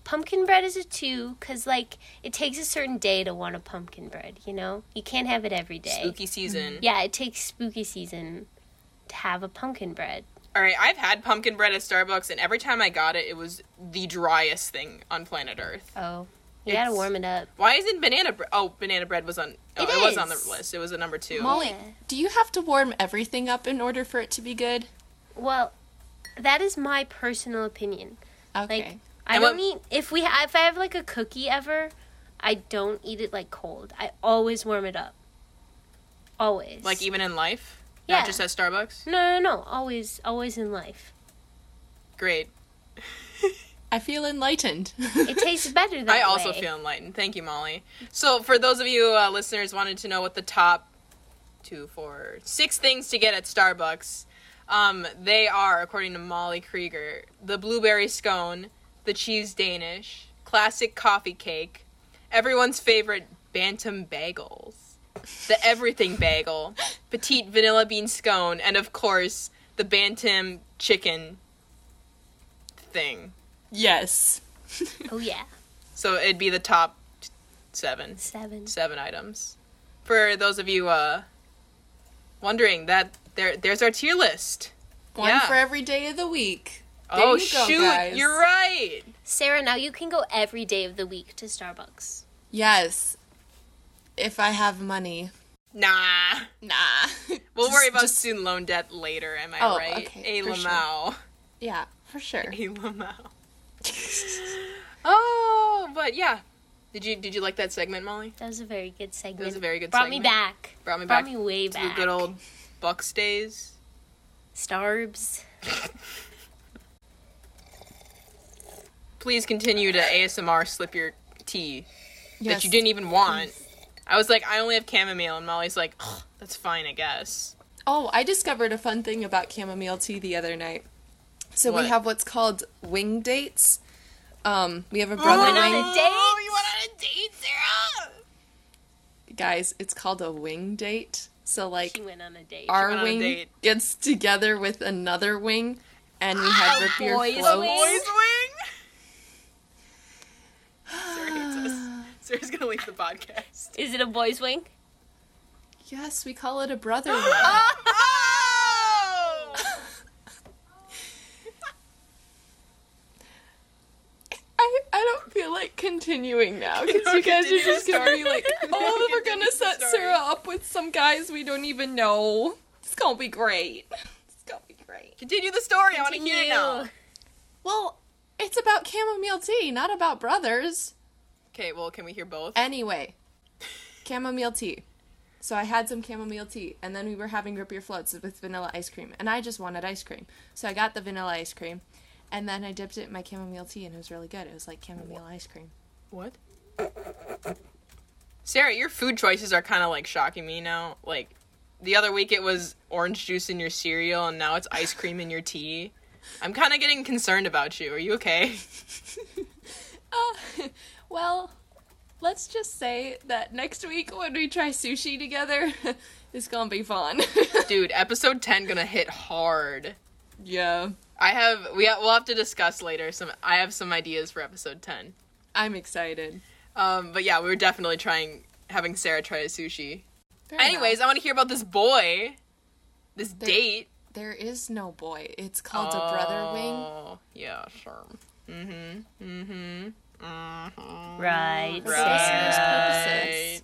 [SPEAKER 4] pumpkin bread is a two because like it takes a certain day to want a pumpkin bread you know you can't have it every day Mm-hmm.
[SPEAKER 2] Spooky season.
[SPEAKER 4] yeah it takes spooky season to have a pumpkin bread
[SPEAKER 2] All right, I've had pumpkin bread at Starbucks, and every time I got it, it was the driest thing on planet Earth.
[SPEAKER 4] oh you gotta
[SPEAKER 2] It's-
[SPEAKER 4] warm it up
[SPEAKER 2] Why isn't banana bread? Oh, banana bread was on. Oh,
[SPEAKER 4] It
[SPEAKER 2] it, was on the
[SPEAKER 4] is.
[SPEAKER 2] list. It was a number two.
[SPEAKER 1] Molly,
[SPEAKER 4] Yeah.
[SPEAKER 1] do you have to warm everything up in order for it to be good?
[SPEAKER 4] well that is my personal opinion
[SPEAKER 1] Okay.
[SPEAKER 4] like i
[SPEAKER 2] And what-
[SPEAKER 4] don't eat if we ha- if i have like a cookie ever i don't eat it like cold i always warm it up always
[SPEAKER 2] Like even in life,
[SPEAKER 4] Yeah.
[SPEAKER 2] not just at Starbucks.
[SPEAKER 4] no no no always always in life
[SPEAKER 2] Great.
[SPEAKER 1] I feel enlightened.
[SPEAKER 4] it tastes better that
[SPEAKER 2] I also
[SPEAKER 4] way.
[SPEAKER 2] feel enlightened. Thank you, Molly. So, for those of you uh, listeners wanted to know what the top two, four, six things to get at Starbucks, um, they are, according to Molly Krieger, the blueberry scone, the cheese Danish, classic coffee cake, everyone's favorite bantam bagels, the everything bagel, petite vanilla bean scone, and of course the bantam chicken thing.
[SPEAKER 1] yes.
[SPEAKER 4] oh yeah
[SPEAKER 2] So it'd be the top t- seven
[SPEAKER 4] seven
[SPEAKER 2] seven items. For those of you uh wondering, that there there's our tier list.
[SPEAKER 1] One
[SPEAKER 2] Yeah.
[SPEAKER 1] for every day of the week. There
[SPEAKER 2] oh
[SPEAKER 1] you go,
[SPEAKER 2] shoot,
[SPEAKER 1] guys.
[SPEAKER 2] you're right.
[SPEAKER 4] Sarah, now you can go every day of the week to Starbucks.
[SPEAKER 1] Yes. If I have money.
[SPEAKER 2] Nah.
[SPEAKER 1] Nah.
[SPEAKER 2] We'll
[SPEAKER 1] Just-
[SPEAKER 2] worry about
[SPEAKER 1] just-
[SPEAKER 2] student loan debt later, am I
[SPEAKER 1] Oh,
[SPEAKER 2] right?
[SPEAKER 1] okay,
[SPEAKER 2] A
[SPEAKER 1] for sure.
[SPEAKER 2] Lamau.
[SPEAKER 1] Yeah, for sure.
[SPEAKER 2] A Lamau. Oh, but yeah. Did you did you like that segment, Molly?
[SPEAKER 4] That was a very good segment.
[SPEAKER 2] a very good
[SPEAKER 4] Brought
[SPEAKER 2] segment.
[SPEAKER 4] me back.
[SPEAKER 2] Brought me
[SPEAKER 4] Brought
[SPEAKER 2] back
[SPEAKER 4] me way
[SPEAKER 2] to the
[SPEAKER 4] back.
[SPEAKER 2] good old Bucks days.
[SPEAKER 4] Starbs.
[SPEAKER 2] Please continue to ASMR slip your tea
[SPEAKER 1] Yes.
[SPEAKER 2] that you didn't even want. I was like, I only have chamomile, and Molly's like, "Ugh, that's fine, I guess.
[SPEAKER 1] Oh, I discovered a fun thing about chamomile tea the other night. So
[SPEAKER 2] What?
[SPEAKER 1] we have what's called wing dates. Um, we have a brother
[SPEAKER 4] went on
[SPEAKER 1] wing.
[SPEAKER 4] a date?
[SPEAKER 2] Oh, you went on a date, Sarah?
[SPEAKER 1] Guys, it's called a wing date. So like
[SPEAKER 4] She went on a date.
[SPEAKER 1] our
[SPEAKER 2] went on a
[SPEAKER 1] wing
[SPEAKER 2] date.
[SPEAKER 1] gets together with another wing, and we had root beer
[SPEAKER 4] boys'
[SPEAKER 1] floats.
[SPEAKER 4] wing.
[SPEAKER 2] Boys wing. Sarah hates us. Sarah's gonna leave the podcast.
[SPEAKER 4] Is it a boys' wing?
[SPEAKER 1] Yes, we call it a brother wing.
[SPEAKER 2] Oh!
[SPEAKER 1] I, I don't feel like continuing now because
[SPEAKER 2] No,
[SPEAKER 1] you guys are
[SPEAKER 2] continue
[SPEAKER 1] just gonna be
[SPEAKER 2] the
[SPEAKER 1] like,
[SPEAKER 2] story.
[SPEAKER 1] oh,
[SPEAKER 2] No,
[SPEAKER 1] we're
[SPEAKER 2] continue
[SPEAKER 1] gonna
[SPEAKER 2] the
[SPEAKER 1] set
[SPEAKER 2] story.
[SPEAKER 1] Sarah up with some guys we don't even know. It's gonna be great. It's gonna be great.
[SPEAKER 2] Continue the story. I want to hear it now.
[SPEAKER 4] Continue.
[SPEAKER 1] Well, it's about chamomile tea, not about brothers.
[SPEAKER 2] Okay, well, can we hear both?
[SPEAKER 1] Anyway, chamomile tea. So I had some chamomile tea, and then we were having root beer floats with vanilla ice cream, and I just wanted ice cream. So I got the vanilla ice cream, and then I dipped it in my chamomile tea, and it was really good. It was like chamomile ice cream.
[SPEAKER 2] What? Sarah, your food choices are kind of like shocking me now. Like the other week it was orange juice in your cereal and now it's ice cream in your tea. I'm kind of getting concerned about you. Are you okay?
[SPEAKER 1] Uh, well, let's just say that next week when we try sushi together, it's gonna be fun.
[SPEAKER 2] Dude, episode 10 going to hit hard.
[SPEAKER 1] yeah,
[SPEAKER 2] I have we ha- we'll have to discuss later some I have some ideas for episode 10.
[SPEAKER 1] I'm excited.
[SPEAKER 2] Um but yeah, we were definitely trying having Sarah try a sushi.
[SPEAKER 1] Fair enough.
[SPEAKER 2] Anyways, I want to hear about this boy. This
[SPEAKER 1] There-
[SPEAKER 2] date.
[SPEAKER 1] there is no boy. It's called a brother wing.
[SPEAKER 2] Oh, Yeah, sure. Mhm. Mhm. Mhm.
[SPEAKER 4] Right.
[SPEAKER 1] Business
[SPEAKER 2] Right.
[SPEAKER 1] purposes.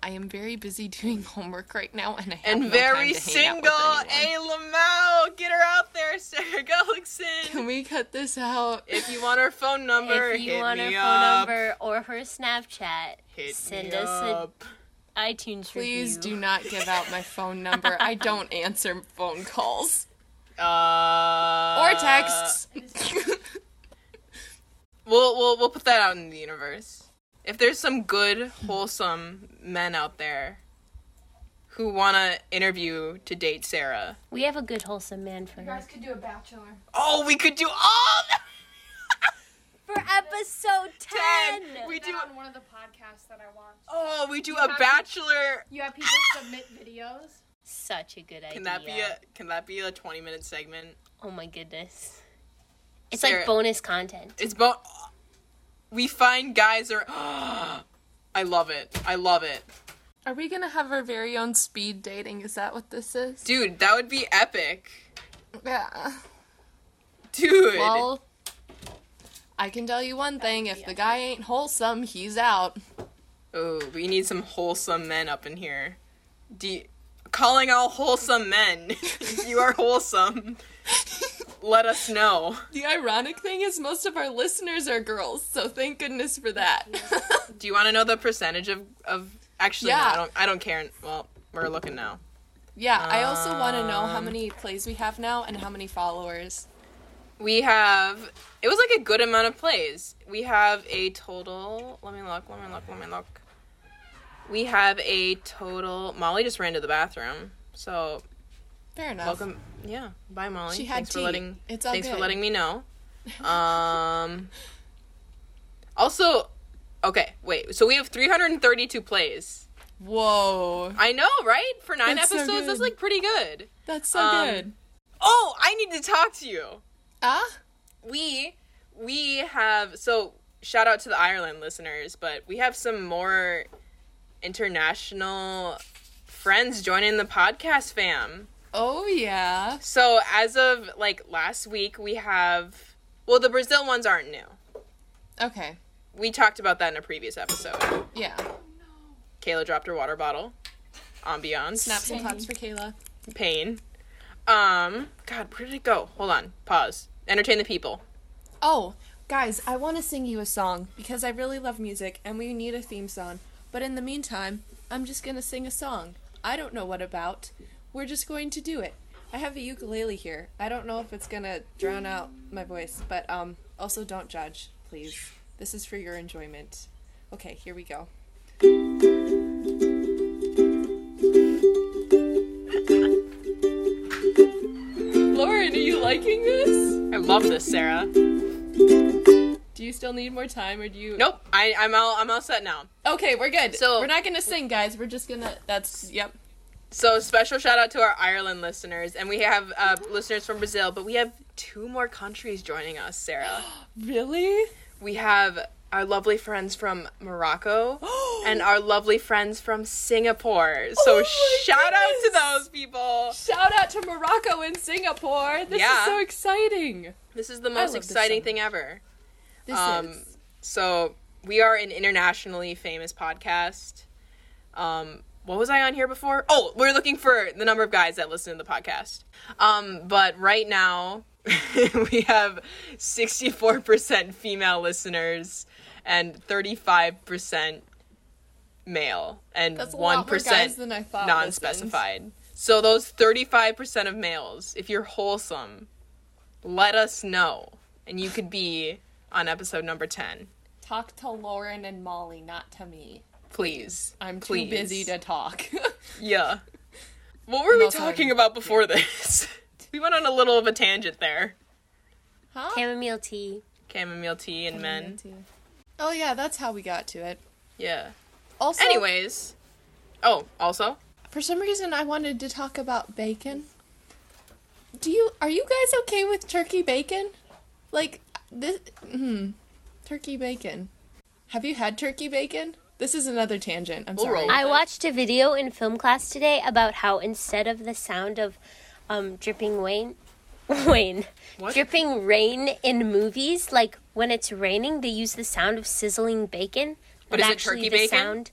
[SPEAKER 1] I am very busy doing homework right now, and I have
[SPEAKER 2] And
[SPEAKER 1] no
[SPEAKER 2] very
[SPEAKER 1] time to hang out with
[SPEAKER 2] single.
[SPEAKER 1] anyone.
[SPEAKER 2] A Lamau, get her out there, Sarah
[SPEAKER 1] Can
[SPEAKER 2] Gullickson.
[SPEAKER 1] we cut this out?
[SPEAKER 2] If you want her phone number,
[SPEAKER 4] If you
[SPEAKER 2] hit
[SPEAKER 4] want her
[SPEAKER 2] me
[SPEAKER 4] phone
[SPEAKER 2] up.
[SPEAKER 4] number or her Snapchat,
[SPEAKER 2] hit
[SPEAKER 4] send
[SPEAKER 2] me
[SPEAKER 4] us a
[SPEAKER 2] up.
[SPEAKER 4] iTunes
[SPEAKER 1] Please do
[SPEAKER 4] review.
[SPEAKER 1] not give out my phone number. I don't answer phone calls
[SPEAKER 2] Uh,
[SPEAKER 1] or texts.
[SPEAKER 2] We'll we'll we'll put that out in the universe. If there's some good, wholesome men out there who wanna interview to date Sarah,
[SPEAKER 4] We have a good wholesome man for
[SPEAKER 5] You
[SPEAKER 4] her.
[SPEAKER 5] guys could do a bachelor.
[SPEAKER 2] Oh, we could do all
[SPEAKER 4] For episode
[SPEAKER 2] ten.
[SPEAKER 4] 10.
[SPEAKER 2] We do.
[SPEAKER 5] on one of the podcasts that I watch.
[SPEAKER 2] Oh, we do
[SPEAKER 5] have
[SPEAKER 2] a
[SPEAKER 5] to-
[SPEAKER 2] bachelor.
[SPEAKER 5] You have people submit videos.
[SPEAKER 4] Such a good idea.
[SPEAKER 2] Can that be a? Can that be a twenty-minute segment?
[SPEAKER 4] Oh my goodness. It's
[SPEAKER 2] Sarah-
[SPEAKER 4] like bonus content.
[SPEAKER 2] It's about. We find guys are. I love it. I love it,
[SPEAKER 1] Are we gonna have our very own speed dating? Is that what this is?
[SPEAKER 2] dude. That would be epic,
[SPEAKER 1] Yeah.
[SPEAKER 2] dude.
[SPEAKER 1] Well, I can tell you one thing: if the guy ain't wholesome, he's out.
[SPEAKER 2] oh, we need some wholesome men up in here. Do you- calling all wholesome men. if you are wholesome. let us know.
[SPEAKER 1] The ironic thing is, most of our listeners are girls, so thank goodness for that.
[SPEAKER 2] Do you want to know the percentage of of actually? No,
[SPEAKER 1] Yeah.
[SPEAKER 2] I don't. I don't care. Well, we're looking now.
[SPEAKER 1] yeah, I also want to know how
[SPEAKER 2] Um,
[SPEAKER 1] many plays we have now and how many followers.
[SPEAKER 2] We have. It was like a good amount of plays. We have a total. Let me look. Let me look. Let me look. We have a total. Molly just ran to the bathroom. So
[SPEAKER 1] Fair enough.
[SPEAKER 2] welcome. Yeah. Bye, Molly.
[SPEAKER 1] She had
[SPEAKER 2] thanks for
[SPEAKER 1] tea.
[SPEAKER 2] letting.
[SPEAKER 1] It's all
[SPEAKER 2] thanks for
[SPEAKER 1] good.
[SPEAKER 2] letting me know. Um. also, okay. Wait. So we have 332 plays.
[SPEAKER 1] Whoa,
[SPEAKER 2] I know, right? For nine
[SPEAKER 1] That's so
[SPEAKER 2] episodes, that's
[SPEAKER 1] good.
[SPEAKER 2] like pretty good.
[SPEAKER 1] that's so
[SPEAKER 2] Um,
[SPEAKER 1] good.
[SPEAKER 2] Oh, I need to talk to you.
[SPEAKER 1] Ah,
[SPEAKER 2] We we have so shout out to the Ireland listeners, but we have some more international friends joining the podcast fam.
[SPEAKER 1] oh yeah.
[SPEAKER 2] So as of like last week, we have well the Brazil ones aren't new.
[SPEAKER 1] Okay,
[SPEAKER 2] We talked about that in a previous episode.
[SPEAKER 1] yeah.
[SPEAKER 2] Kayla dropped her water bottle. Ambiance.
[SPEAKER 1] Snaps and claps for Kayla.
[SPEAKER 2] Pain. Um. God, where did it go? Hold on. Pause. Entertain the people.
[SPEAKER 1] Oh, guys, I want to sing you a song because I really love music and we need a theme song. But in the meantime, I'm just going to sing a song. I don't know what about. We're just going to do it. I have a ukulele here. I don't know if it's going to drown out my voice, but um also don't judge, please. This is for your enjoyment. Okay, here we go. Lauren, are you liking this?
[SPEAKER 2] I love this, Sarah.
[SPEAKER 1] Do you still need more time, or do you?
[SPEAKER 2] Nope, I, I'm all I'm all set now.
[SPEAKER 1] Okay, we're good.
[SPEAKER 2] So-
[SPEAKER 1] So we're not gonna sing, guys. We're just gonna. That's yep.
[SPEAKER 2] So special shout out to our Ireland listeners, and we have uh, listeners from Brazil, but we have two more countries joining us, Sarah.
[SPEAKER 1] Really?
[SPEAKER 2] We have our lovely friends from Morocco and our lovely friends from Singapore. So
[SPEAKER 1] Oh my
[SPEAKER 2] shout
[SPEAKER 1] goodness.
[SPEAKER 2] out to those people.
[SPEAKER 1] Shout out to Morocco and Singapore. This
[SPEAKER 2] Yeah.
[SPEAKER 1] is so exciting.
[SPEAKER 2] This is the
[SPEAKER 1] love
[SPEAKER 2] most
[SPEAKER 1] this
[SPEAKER 2] exciting
[SPEAKER 1] so
[SPEAKER 2] thing ever.
[SPEAKER 1] This
[SPEAKER 2] Um,
[SPEAKER 1] is.
[SPEAKER 2] So we are an internationally famous podcast. Um, what was I on here before? Oh, we're looking for the number of guys that listen to the podcast. Um, but right now we have 64% female listeners and 35% male and
[SPEAKER 1] That's a
[SPEAKER 2] one
[SPEAKER 1] lot more guys
[SPEAKER 2] percent
[SPEAKER 1] than I thought.
[SPEAKER 2] non-specified. So those thirty-five percent of males, if you're wholesome, let us know, and you could be on episode number ten,
[SPEAKER 1] listens. Talk to Lauren and Molly, not to me.
[SPEAKER 2] please.
[SPEAKER 4] Uh,
[SPEAKER 1] I'm
[SPEAKER 2] Please.
[SPEAKER 1] too busy to talk.
[SPEAKER 2] Yeah. What were we
[SPEAKER 1] also, I'm-
[SPEAKER 2] talking about before this? we went on a little of a tangent there.
[SPEAKER 1] huh?
[SPEAKER 4] Chamomile tea.
[SPEAKER 2] Chamomile tea and men.
[SPEAKER 1] Oh yeah, that's how we got to it.
[SPEAKER 2] Yeah.
[SPEAKER 1] Also,
[SPEAKER 2] Anyways. Oh, also.
[SPEAKER 1] for some reason, I wanted to talk about bacon. Do you are you guys okay with turkey bacon? Like this, hmm, turkey bacon. Have you had turkey bacon? This is another tangent. I'm
[SPEAKER 2] We'll
[SPEAKER 1] sorry.
[SPEAKER 2] roll.
[SPEAKER 4] I watched a video in film class today about how instead of the sound of um, dripping rain, rain,
[SPEAKER 2] What?
[SPEAKER 4] dripping rain in movies, like when it's raining, they use the sound of sizzling bacon.
[SPEAKER 2] But is it turkey bacon?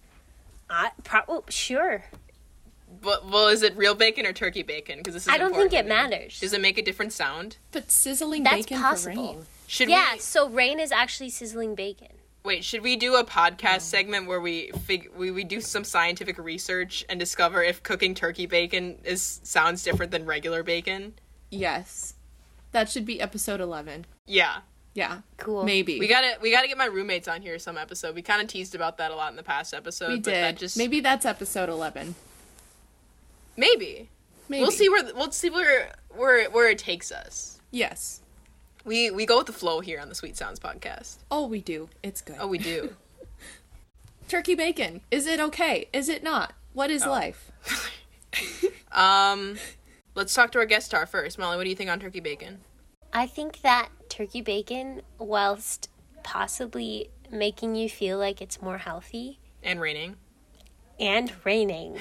[SPEAKER 4] I, pro- oh, sure.
[SPEAKER 2] Well, well, is it real bacon or turkey bacon? Because this is
[SPEAKER 4] I don't think it
[SPEAKER 2] important.
[SPEAKER 4] matters.
[SPEAKER 2] Does it make a different sound?
[SPEAKER 1] But sizzling
[SPEAKER 4] That's
[SPEAKER 1] bacon
[SPEAKER 4] possible.
[SPEAKER 1] for rain.
[SPEAKER 2] Should
[SPEAKER 4] yeah,
[SPEAKER 2] we
[SPEAKER 4] so rain is actually sizzling bacon.
[SPEAKER 2] wait? Should we do a podcast segment where we fig- we we do some scientific research and discover if cooking turkey bacon is sounds different than regular bacon?
[SPEAKER 1] Yes, that should be episode eleven.
[SPEAKER 2] Yeah,
[SPEAKER 1] Yeah,
[SPEAKER 4] Cool.
[SPEAKER 1] maybe
[SPEAKER 2] we gotta we gotta get my roommates on here some episode. We kind of teased about that a lot in the past episode.
[SPEAKER 1] We
[SPEAKER 2] but
[SPEAKER 1] did.
[SPEAKER 2] That just
[SPEAKER 1] Maybe that's episode eleven.
[SPEAKER 2] maybe
[SPEAKER 1] Maybe
[SPEAKER 2] we'll see where th- we'll see where where where it takes us.
[SPEAKER 1] Yes.
[SPEAKER 2] We we go with the flow here on the Sweet Sounds podcast.
[SPEAKER 1] Oh, we do. It's good.
[SPEAKER 2] Oh, we do.
[SPEAKER 1] turkey bacon. Is it okay? Is it not? What is life?
[SPEAKER 2] Um, let's talk to our guest star first. Molly, what do you think on turkey bacon?
[SPEAKER 4] I think that turkey bacon, whilst possibly making you feel like it's more healthy,
[SPEAKER 2] And raining.
[SPEAKER 4] and raining.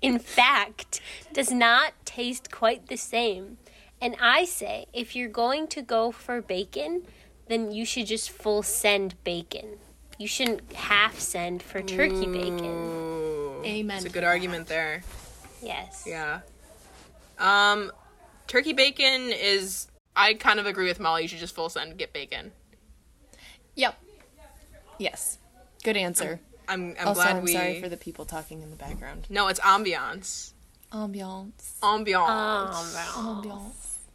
[SPEAKER 4] In fact, does not taste quite the same. And I say, if you're going to go for bacon, then you should just full send bacon. You shouldn't half send for turkey
[SPEAKER 2] Mm.
[SPEAKER 4] bacon.
[SPEAKER 2] Ooh,
[SPEAKER 1] Amen
[SPEAKER 2] It's a
[SPEAKER 1] to
[SPEAKER 2] good argument there.
[SPEAKER 4] Yes.
[SPEAKER 2] Yeah. Um, turkey bacon is. I kind of agree with Molly. You should just full send get bacon.
[SPEAKER 1] Yep. Yes. Good answer.
[SPEAKER 2] I'm. I'm
[SPEAKER 1] also,
[SPEAKER 2] glad
[SPEAKER 1] I'm
[SPEAKER 2] we.
[SPEAKER 1] sorry for the people talking in the background.
[SPEAKER 2] No, it's ambiance.
[SPEAKER 1] Ambiance.
[SPEAKER 2] Ambiance.
[SPEAKER 1] Ambiance.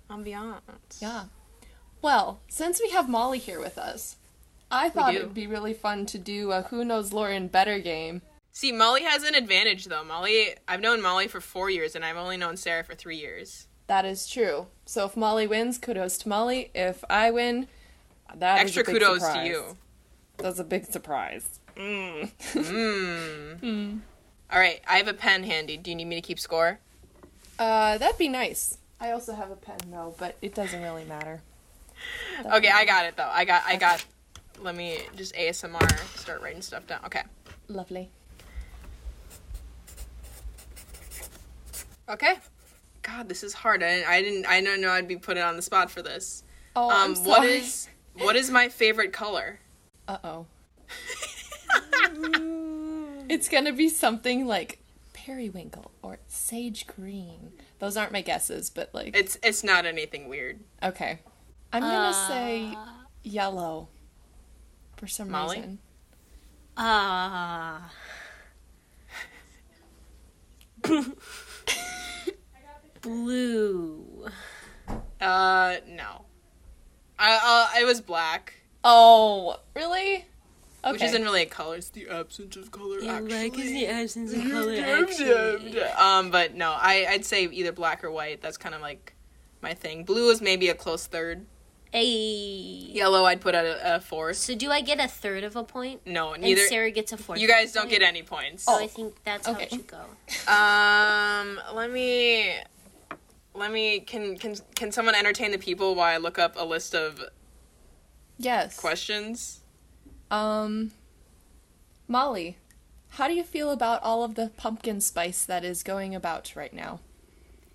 [SPEAKER 2] ambiance.
[SPEAKER 1] Yeah. Well, since we have Molly here with us, I thought
[SPEAKER 2] do.
[SPEAKER 1] it would be really fun to do a Who Knows Lauren Better game.
[SPEAKER 2] See, Molly has an advantage though. Molly, I've known Molly for four years, and I've only known Sarah for three years.
[SPEAKER 1] That is true. So if Molly wins, kudos to Molly. If I win, that is
[SPEAKER 2] Extra
[SPEAKER 1] a big
[SPEAKER 2] kudos to
[SPEAKER 1] surprise.
[SPEAKER 2] you. Mm.
[SPEAKER 1] That's a big surprise.
[SPEAKER 2] All right, I have a pen handy. Do you need me to keep score?
[SPEAKER 1] Uh, that'd be nice. I also have a pen though, but it doesn't really matter.
[SPEAKER 2] Okay, I got it though. I got I got let me just ASMR start writing stuff down. Okay.
[SPEAKER 1] Lovely.
[SPEAKER 2] Okay. God, this is hard. I didn't I didn't I didn't know I'd be put on the spot for this.
[SPEAKER 1] Oh,
[SPEAKER 2] Um what is what is my favorite color?
[SPEAKER 1] Uh oh. it's gonna be something like periwinkle or sage green. Those aren't my guesses, but like
[SPEAKER 2] It's it's not anything weird.
[SPEAKER 1] okay. I'm gonna say yellow. For some
[SPEAKER 2] Molly?
[SPEAKER 1] reason.
[SPEAKER 4] Ah. Blue.
[SPEAKER 2] Uh no. I uh it was black,
[SPEAKER 1] Oh, really? Okay.
[SPEAKER 2] which isn't really a color. It's the absence of color actually.
[SPEAKER 4] absence of color.
[SPEAKER 2] um but no, I I'd say either black or white. That's kind of like my thing. Blue is maybe a close third.
[SPEAKER 4] Hey.
[SPEAKER 2] Yellow I'd put at a, a fourth.
[SPEAKER 4] So do I get a third of a point?
[SPEAKER 2] No,
[SPEAKER 4] And
[SPEAKER 2] neither.
[SPEAKER 4] Sarah gets a fourth.
[SPEAKER 2] You guys don't get any points.
[SPEAKER 4] So I think that's how
[SPEAKER 1] Okay.
[SPEAKER 4] it should go.
[SPEAKER 2] Um, let me, let me. Can can can someone entertain the people while I look up a list of
[SPEAKER 1] yes.
[SPEAKER 2] questions?
[SPEAKER 1] Um Molly, how do you feel about all of the pumpkin spice that is going about right now?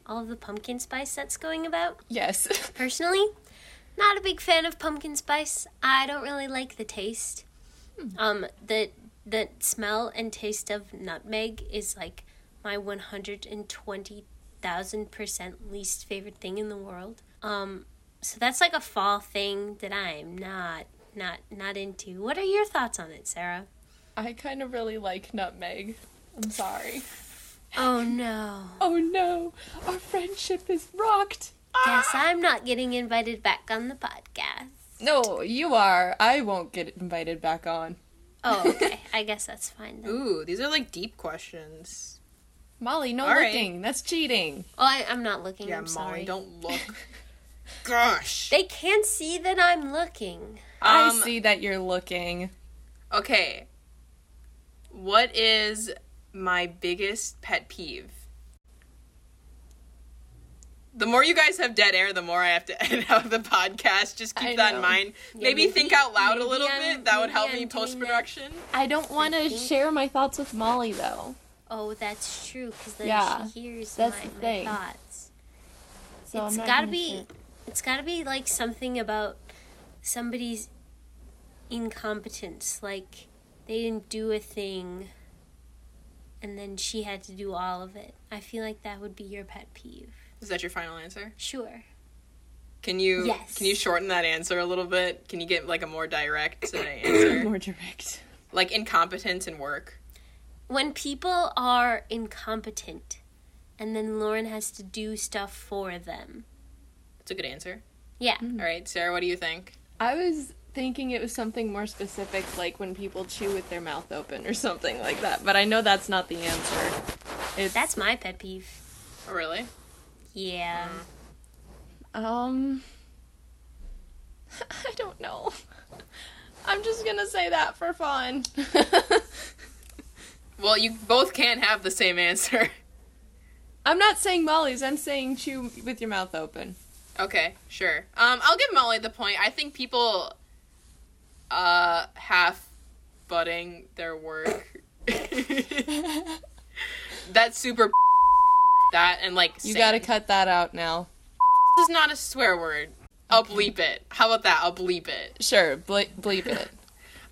[SPEAKER 4] All of the pumpkin spice that's going about.
[SPEAKER 1] Yes.
[SPEAKER 4] Personally, not a big fan of pumpkin spice. I don't really like the taste. Um, the the smell and taste of nutmeg is like my one hundred and twenty thousand percent least favorite thing in the world. Um, so that's like a fall thing that I'm not not not into. What are your thoughts on it, Sarah?
[SPEAKER 1] I kind of really like nutmeg. I'm sorry.
[SPEAKER 4] Oh no.
[SPEAKER 1] Oh no, our friendship is rocked.
[SPEAKER 4] Guess I'm not getting invited back on the podcast.
[SPEAKER 1] No, you are. I won't get invited back on.
[SPEAKER 4] Oh, okay. I guess that's fine then.
[SPEAKER 2] Ooh, these are like deep questions.
[SPEAKER 1] Molly, no
[SPEAKER 2] All right.
[SPEAKER 1] looking. That's cheating.
[SPEAKER 4] Oh, I, I'm not looking.
[SPEAKER 2] Yeah,
[SPEAKER 4] I'm
[SPEAKER 2] Molly,
[SPEAKER 4] sorry.
[SPEAKER 2] don't look. Gosh.
[SPEAKER 4] They can't see that I'm looking.
[SPEAKER 1] I
[SPEAKER 2] Um,
[SPEAKER 1] see that you're looking.
[SPEAKER 2] Okay. What is my biggest pet peeve? The more you guys have dead air, the more I have to edit out the podcast. Just keep
[SPEAKER 1] I
[SPEAKER 2] that
[SPEAKER 1] know.
[SPEAKER 2] in mind. maybe,
[SPEAKER 4] maybe-
[SPEAKER 2] think out loud a
[SPEAKER 4] maybe
[SPEAKER 2] little
[SPEAKER 4] I'm-
[SPEAKER 2] bit. That would
[SPEAKER 4] maybe
[SPEAKER 2] help
[SPEAKER 4] I'm
[SPEAKER 2] me
[SPEAKER 4] doing that.
[SPEAKER 2] post production.
[SPEAKER 1] I don't want to share my thoughts with Molly though.
[SPEAKER 4] Oh, that's true. Because then
[SPEAKER 1] Yeah,
[SPEAKER 4] she hears
[SPEAKER 1] that's
[SPEAKER 4] my,
[SPEAKER 1] the
[SPEAKER 4] my
[SPEAKER 1] thing.
[SPEAKER 4] thoughts.
[SPEAKER 1] So
[SPEAKER 4] it's
[SPEAKER 1] I'm not
[SPEAKER 4] gotta
[SPEAKER 1] gonna
[SPEAKER 4] be.
[SPEAKER 1] share.
[SPEAKER 4] It's gotta be like something about somebody's incompetence. Like they didn't do a thing, and then she had to do all of it. I feel like that would be your pet peeve.
[SPEAKER 2] Is that your final answer?
[SPEAKER 4] Sure.
[SPEAKER 2] Can you
[SPEAKER 4] Yes.
[SPEAKER 2] can you shorten that answer a little bit? Can you get like a more direct uh, answer?
[SPEAKER 1] more direct.
[SPEAKER 2] like incompetence in work.
[SPEAKER 4] When people are incompetent, and then Lauren has to do stuff for them.
[SPEAKER 2] That's a good answer.
[SPEAKER 4] Yeah.
[SPEAKER 1] Mm-hmm.
[SPEAKER 2] All right, Sarah, what do you think?
[SPEAKER 1] I was thinking it was something more specific, like when people chew with their mouth open or something like that. But I know that's not the answer. It's
[SPEAKER 4] That's my pet peeve.
[SPEAKER 2] Oh, really?
[SPEAKER 4] Yeah.
[SPEAKER 1] um. I don't know. I'm just gonna say that for fun.
[SPEAKER 2] Well, you both can't have the same answer.
[SPEAKER 1] I'm not saying Molly's. I'm saying chew with your mouth open.
[SPEAKER 2] Okay, sure. Um, I'll give Molly the point. I think people uh half butting their work. That's super that and like
[SPEAKER 1] You
[SPEAKER 2] saying-
[SPEAKER 1] gotta cut that out now.
[SPEAKER 2] This is not a swear word. I'll bleep it. How about that? I'll bleep it.
[SPEAKER 1] Sure, ble- bleep it.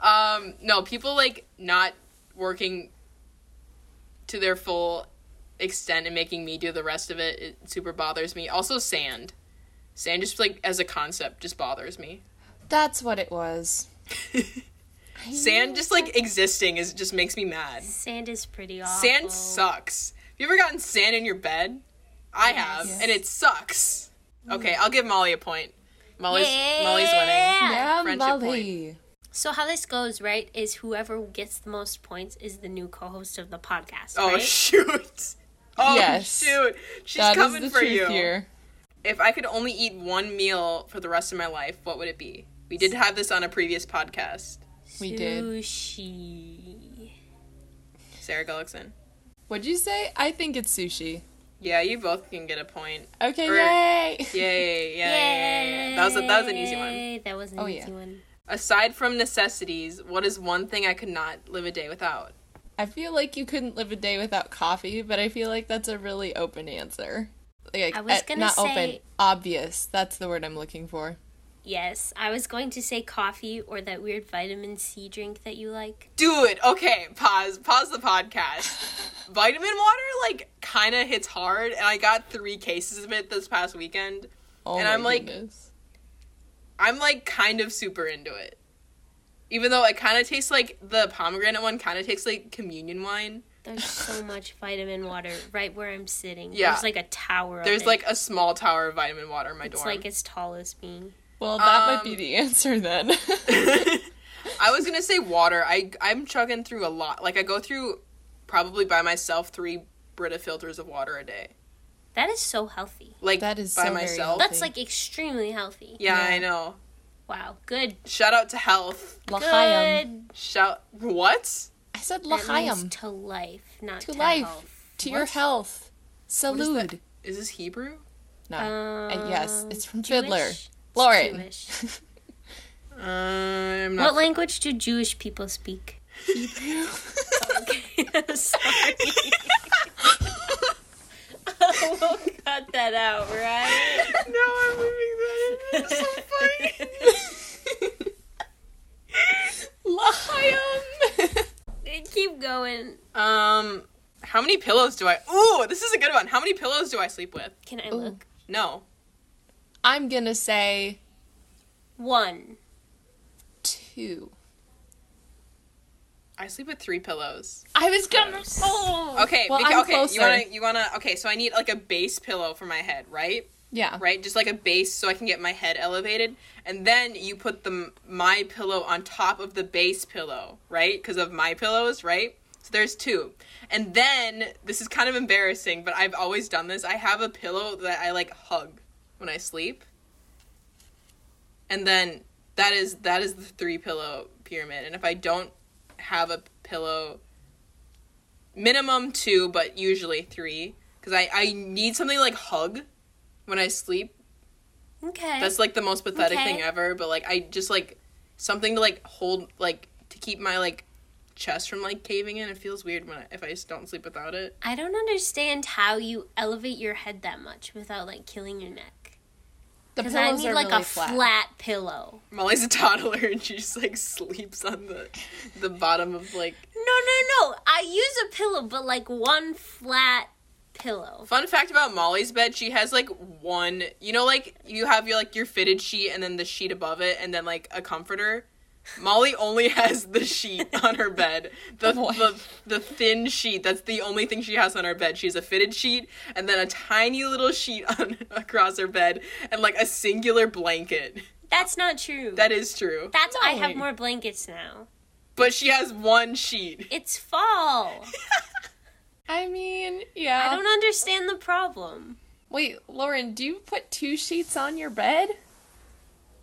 [SPEAKER 2] Um, no, people like not working to their full extent and making me do the rest of it, it super bothers me. Also sand. Sand just like as a concept just bothers me.
[SPEAKER 1] That's what it was.
[SPEAKER 2] Sand just like existing is just makes me mad.
[SPEAKER 4] Sand is pretty awful.
[SPEAKER 2] Sand sucks. Have you ever gotten sand in your bed? I have,
[SPEAKER 1] Yes.
[SPEAKER 2] and it sucks. Okay, I'll give Molly a point. Molly's Molly's winning.
[SPEAKER 4] Yeah.
[SPEAKER 1] Yeah,
[SPEAKER 2] friendship
[SPEAKER 1] Molly.
[SPEAKER 4] So how this goes, right, is whoever gets the most points is the new co-host of the podcast.
[SPEAKER 2] Oh
[SPEAKER 4] right?
[SPEAKER 2] shoot. Oh
[SPEAKER 1] Yes.
[SPEAKER 2] shoot. She's
[SPEAKER 1] That is
[SPEAKER 2] coming
[SPEAKER 1] the
[SPEAKER 2] for
[SPEAKER 1] truth
[SPEAKER 2] you.
[SPEAKER 1] here.
[SPEAKER 2] If I could only eat one meal for the rest of my life, what would it be? We did have this on a previous podcast.
[SPEAKER 1] We did.
[SPEAKER 4] Sushi.
[SPEAKER 2] Sarah Gullickson.
[SPEAKER 1] What'd you say? I think it's sushi.
[SPEAKER 2] Yeah, you both can get a point.
[SPEAKER 1] Okay,
[SPEAKER 2] Or-
[SPEAKER 1] yay!
[SPEAKER 2] Yay, yeah, yeah, yeah, yeah. That was a, that was an easy one.
[SPEAKER 4] Yay, That was an
[SPEAKER 1] Oh,
[SPEAKER 4] easy
[SPEAKER 1] yeah.
[SPEAKER 4] one.
[SPEAKER 2] Aside from necessities, what is one thing I could not live a day without?
[SPEAKER 1] I feel like you couldn't live a day without coffee, but I feel like that's a really open answer. Like,
[SPEAKER 4] I was
[SPEAKER 1] eh,
[SPEAKER 4] gonna
[SPEAKER 1] not open,
[SPEAKER 4] say-
[SPEAKER 1] obvious. That's the word I'm looking for.
[SPEAKER 4] Yes, I was going to say coffee or that weird vitamin C drink that you like.
[SPEAKER 2] Do it. Okay, pause. Pause the podcast. Vitamin water like kind of hits hard, and I got three cases of it this past weekend.
[SPEAKER 1] Oh
[SPEAKER 2] And
[SPEAKER 1] my
[SPEAKER 2] I'm like-
[SPEAKER 1] goodness.
[SPEAKER 2] I'm like kind of super into it, even though it kind of tastes like the pomegranate one. Kind of tastes like communion wine.
[SPEAKER 4] There's so much vitamin water right where I'm sitting.
[SPEAKER 2] Yeah.
[SPEAKER 4] There's like a tower.
[SPEAKER 2] There's
[SPEAKER 4] of it.
[SPEAKER 2] like a small tower of vitamin water in my
[SPEAKER 4] it's
[SPEAKER 2] dorm.
[SPEAKER 4] like as tall as me.
[SPEAKER 1] Well, that might be
[SPEAKER 2] Um,
[SPEAKER 1] the answer then.
[SPEAKER 2] I was gonna say water. I I'm chugging through a lot. Like I go through probably by myself three Brita filters of water a day.
[SPEAKER 4] That is so healthy.
[SPEAKER 2] Like
[SPEAKER 1] That is
[SPEAKER 2] by
[SPEAKER 1] so very
[SPEAKER 2] myself.
[SPEAKER 1] healthy.
[SPEAKER 4] That's like extremely healthy.
[SPEAKER 2] yeah,
[SPEAKER 1] Yeah.
[SPEAKER 2] I know.
[SPEAKER 4] Wow. Good.
[SPEAKER 2] Shout out to health.
[SPEAKER 1] L'chaim.
[SPEAKER 4] Good.
[SPEAKER 2] Shout what?
[SPEAKER 1] I said
[SPEAKER 4] That means
[SPEAKER 1] l'chaim.
[SPEAKER 4] to life, not
[SPEAKER 1] To
[SPEAKER 4] to,
[SPEAKER 1] life.
[SPEAKER 4] health.
[SPEAKER 1] To your
[SPEAKER 2] What?
[SPEAKER 1] health. Salud.
[SPEAKER 2] Is this Hebrew?
[SPEAKER 1] No. and yes, it's from
[SPEAKER 4] Uh, Jewish?
[SPEAKER 1] Fiddler.
[SPEAKER 4] It's
[SPEAKER 1] Lauren.
[SPEAKER 4] Jewish.
[SPEAKER 2] Uh, I'm
[SPEAKER 4] What
[SPEAKER 2] not.
[SPEAKER 4] language do Jewish people speak? Hebrew. Sorry. we'll cut that out, right?
[SPEAKER 2] no, I'm leaving that. in. That's so funny.
[SPEAKER 1] L'chaim.
[SPEAKER 4] Keep going.
[SPEAKER 2] Um, how many pillows do I? Ooh, this is a good one. How many pillows do I sleep with?
[SPEAKER 4] Can I look?
[SPEAKER 2] No.
[SPEAKER 1] I'm gonna say
[SPEAKER 4] One.
[SPEAKER 1] two.
[SPEAKER 2] I sleep with three pillows.
[SPEAKER 5] I was gonna. Oh.
[SPEAKER 2] Okay,
[SPEAKER 1] Well,
[SPEAKER 2] beca-
[SPEAKER 1] I'm
[SPEAKER 2] okay,
[SPEAKER 1] closer.
[SPEAKER 2] you wanna you wanna okay, so I need like a base pillow for my head, right?
[SPEAKER 1] Yeah.
[SPEAKER 2] Right? Just like a base so I can get my head elevated. And then you put the my pillow on top of the base pillow, right? Because of my pillows, right? So there's two. And then this is kind of embarrassing, but I've always done this. I have a pillow that I like hug when I sleep. And then that is that is the three pillow pyramid. And if I don't have a pillow minimum two, but usually three. Because I, I need something like hug when I sleep.
[SPEAKER 4] Okay.
[SPEAKER 2] That's like the most pathetic
[SPEAKER 4] Okay.
[SPEAKER 2] thing ever. But like I just like something to like hold like to keep my like chest from like caving in. It feels weird when I, if I just don't sleep without it.
[SPEAKER 4] I don't understand how you elevate your head that much without like killing your neck.
[SPEAKER 1] The
[SPEAKER 4] Because I
[SPEAKER 1] pillows
[SPEAKER 4] need
[SPEAKER 1] are
[SPEAKER 4] like
[SPEAKER 1] really
[SPEAKER 4] a
[SPEAKER 1] flat.
[SPEAKER 4] flat. pillow.
[SPEAKER 2] Molly's a toddler and she just like sleeps on the the bottom of like.
[SPEAKER 4] No, no, no. I use a pillow, but like one flat pillow.
[SPEAKER 2] Fun fact about Molly's bed: she has like one. You know, like you have your like your fitted sheet and then the sheet above it and then like a comforter. Molly only has the sheet on her bed. The, the the thin sheet. That's the only thing she has on her bed. She has a fitted sheet and then a tiny little sheet on across her bed and like a singular blanket.
[SPEAKER 4] That's not true.
[SPEAKER 2] That is true.
[SPEAKER 4] That's I have more blankets now.
[SPEAKER 2] But she has one sheet.
[SPEAKER 4] It's fall.
[SPEAKER 1] I mean, yeah.
[SPEAKER 4] I don't understand the problem.
[SPEAKER 1] Wait, Lauren, do you put two sheets on your bed?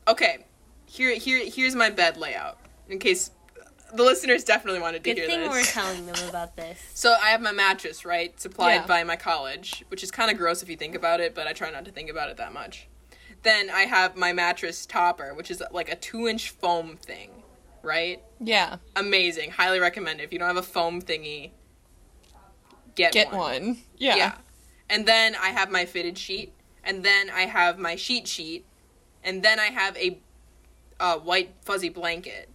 [SPEAKER 2] Okay. Here here here's my bed layout. In case the listeners definitely wanted to
[SPEAKER 4] Good
[SPEAKER 2] hear
[SPEAKER 4] thing
[SPEAKER 2] this.
[SPEAKER 4] we're telling them about this.
[SPEAKER 2] So I have my mattress, right, supplied
[SPEAKER 1] Yeah.
[SPEAKER 2] by my college, which is kind of gross if you think about it, but I try not to think about it that much. Then I have my mattress topper, which is like a two-inch foam thing, right?
[SPEAKER 1] Yeah,
[SPEAKER 2] Amazing, highly recommend. It. If you don't have a foam thingy, get
[SPEAKER 1] get
[SPEAKER 2] one.
[SPEAKER 1] one. Yeah.
[SPEAKER 2] Yeah. And then I have my fitted sheet, and then I have my sheet sheet, and then I have a uh, white fuzzy blanket,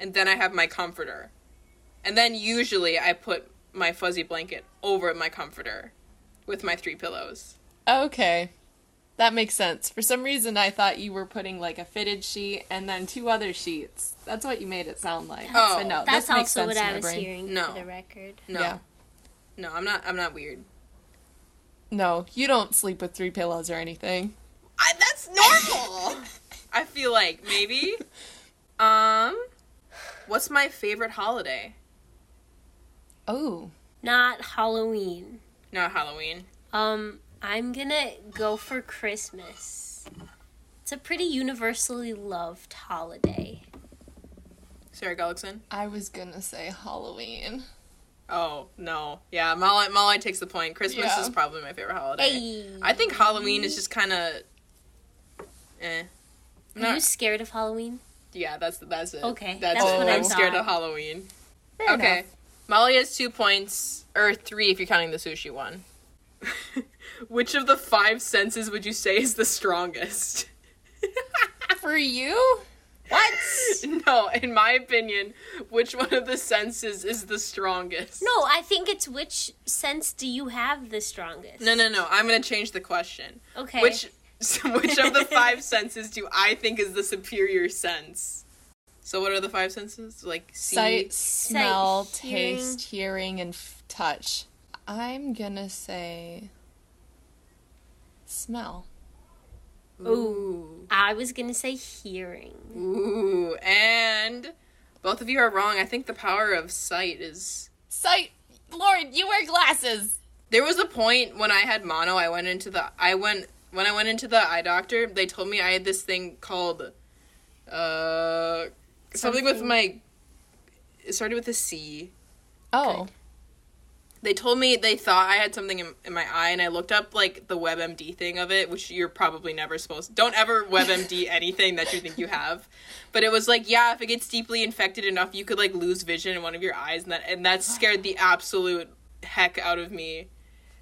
[SPEAKER 2] and then I have my comforter. And then usually I put my fuzzy blanket over my comforter with my three pillows.
[SPEAKER 1] Okay. That makes sense. For some reason, I thought you were putting like a fitted sheet and then two other sheets. That's what you made it sound like.
[SPEAKER 2] Oh.
[SPEAKER 1] But no,
[SPEAKER 4] That's
[SPEAKER 1] this makes
[SPEAKER 4] also
[SPEAKER 1] sense
[SPEAKER 4] what
[SPEAKER 1] to
[SPEAKER 4] I
[SPEAKER 1] my
[SPEAKER 4] was
[SPEAKER 1] brain.
[SPEAKER 4] hearing
[SPEAKER 2] No.
[SPEAKER 4] for the record.
[SPEAKER 2] No.
[SPEAKER 1] Yeah.
[SPEAKER 2] No, I'm not I'm not weird.
[SPEAKER 1] No, you don't sleep with three pillows or anything.
[SPEAKER 2] I, that's normal. I feel like maybe um what's my favorite holiday?
[SPEAKER 1] Oh.
[SPEAKER 4] Not Halloween.
[SPEAKER 2] Not Halloween.
[SPEAKER 4] Um, I'm gonna go for Christmas. It's a pretty universally loved holiday.
[SPEAKER 2] Sarah Gullickson.
[SPEAKER 1] I was gonna say Halloween.
[SPEAKER 2] Oh no, yeah, Molly, Molly takes the point. Christmas
[SPEAKER 1] Yeah.
[SPEAKER 2] is probably my favorite holiday.
[SPEAKER 4] Hey,
[SPEAKER 2] I think Halloween is just kind of, eh.
[SPEAKER 4] are
[SPEAKER 2] No,
[SPEAKER 4] you scared of Halloween?
[SPEAKER 2] yeah, that's that's it.
[SPEAKER 4] Okay,
[SPEAKER 2] that's,
[SPEAKER 4] that's
[SPEAKER 2] it.
[SPEAKER 1] what I
[SPEAKER 2] I'm scared
[SPEAKER 4] thought.
[SPEAKER 2] of Halloween. okay, Molly has two points or three if you're counting the sushi one. Which of the five senses would you say is the strongest?
[SPEAKER 1] For you?
[SPEAKER 2] What? no, in my opinion, which one of the senses is the strongest?
[SPEAKER 4] No, I think it's which sense do you have the strongest?
[SPEAKER 2] no, no, no. I'm gonna change the question.
[SPEAKER 4] Okay.
[SPEAKER 2] Which which of the five senses do I think is the superior sense? So what are the five senses? Like see,
[SPEAKER 1] Sight, smell,
[SPEAKER 4] hearing.
[SPEAKER 1] taste, hearing, and f- touch. I'm gonna say smell.
[SPEAKER 4] Ooh. I was gonna say hearing.
[SPEAKER 2] ooh, and both of you are wrong. I think the power of sight is.
[SPEAKER 1] Sight! Lauren, you wear glasses!
[SPEAKER 2] There was a point when I had mono. I went into the I went when I went into the eye doctor. They told me I had this thing called, uh, something with
[SPEAKER 4] Something.
[SPEAKER 2] my. It started with a C.
[SPEAKER 1] Oh.
[SPEAKER 2] they told me they thought I had something in, in my eye, and I looked up like the WebMD thing of it, which you're probably never supposed. Don't ever WebMD anything that you think you have. But it was like, yeah, if it gets deeply infected enough, you could like lose vision in one of your eyes, and that and that scared the absolute heck out of me.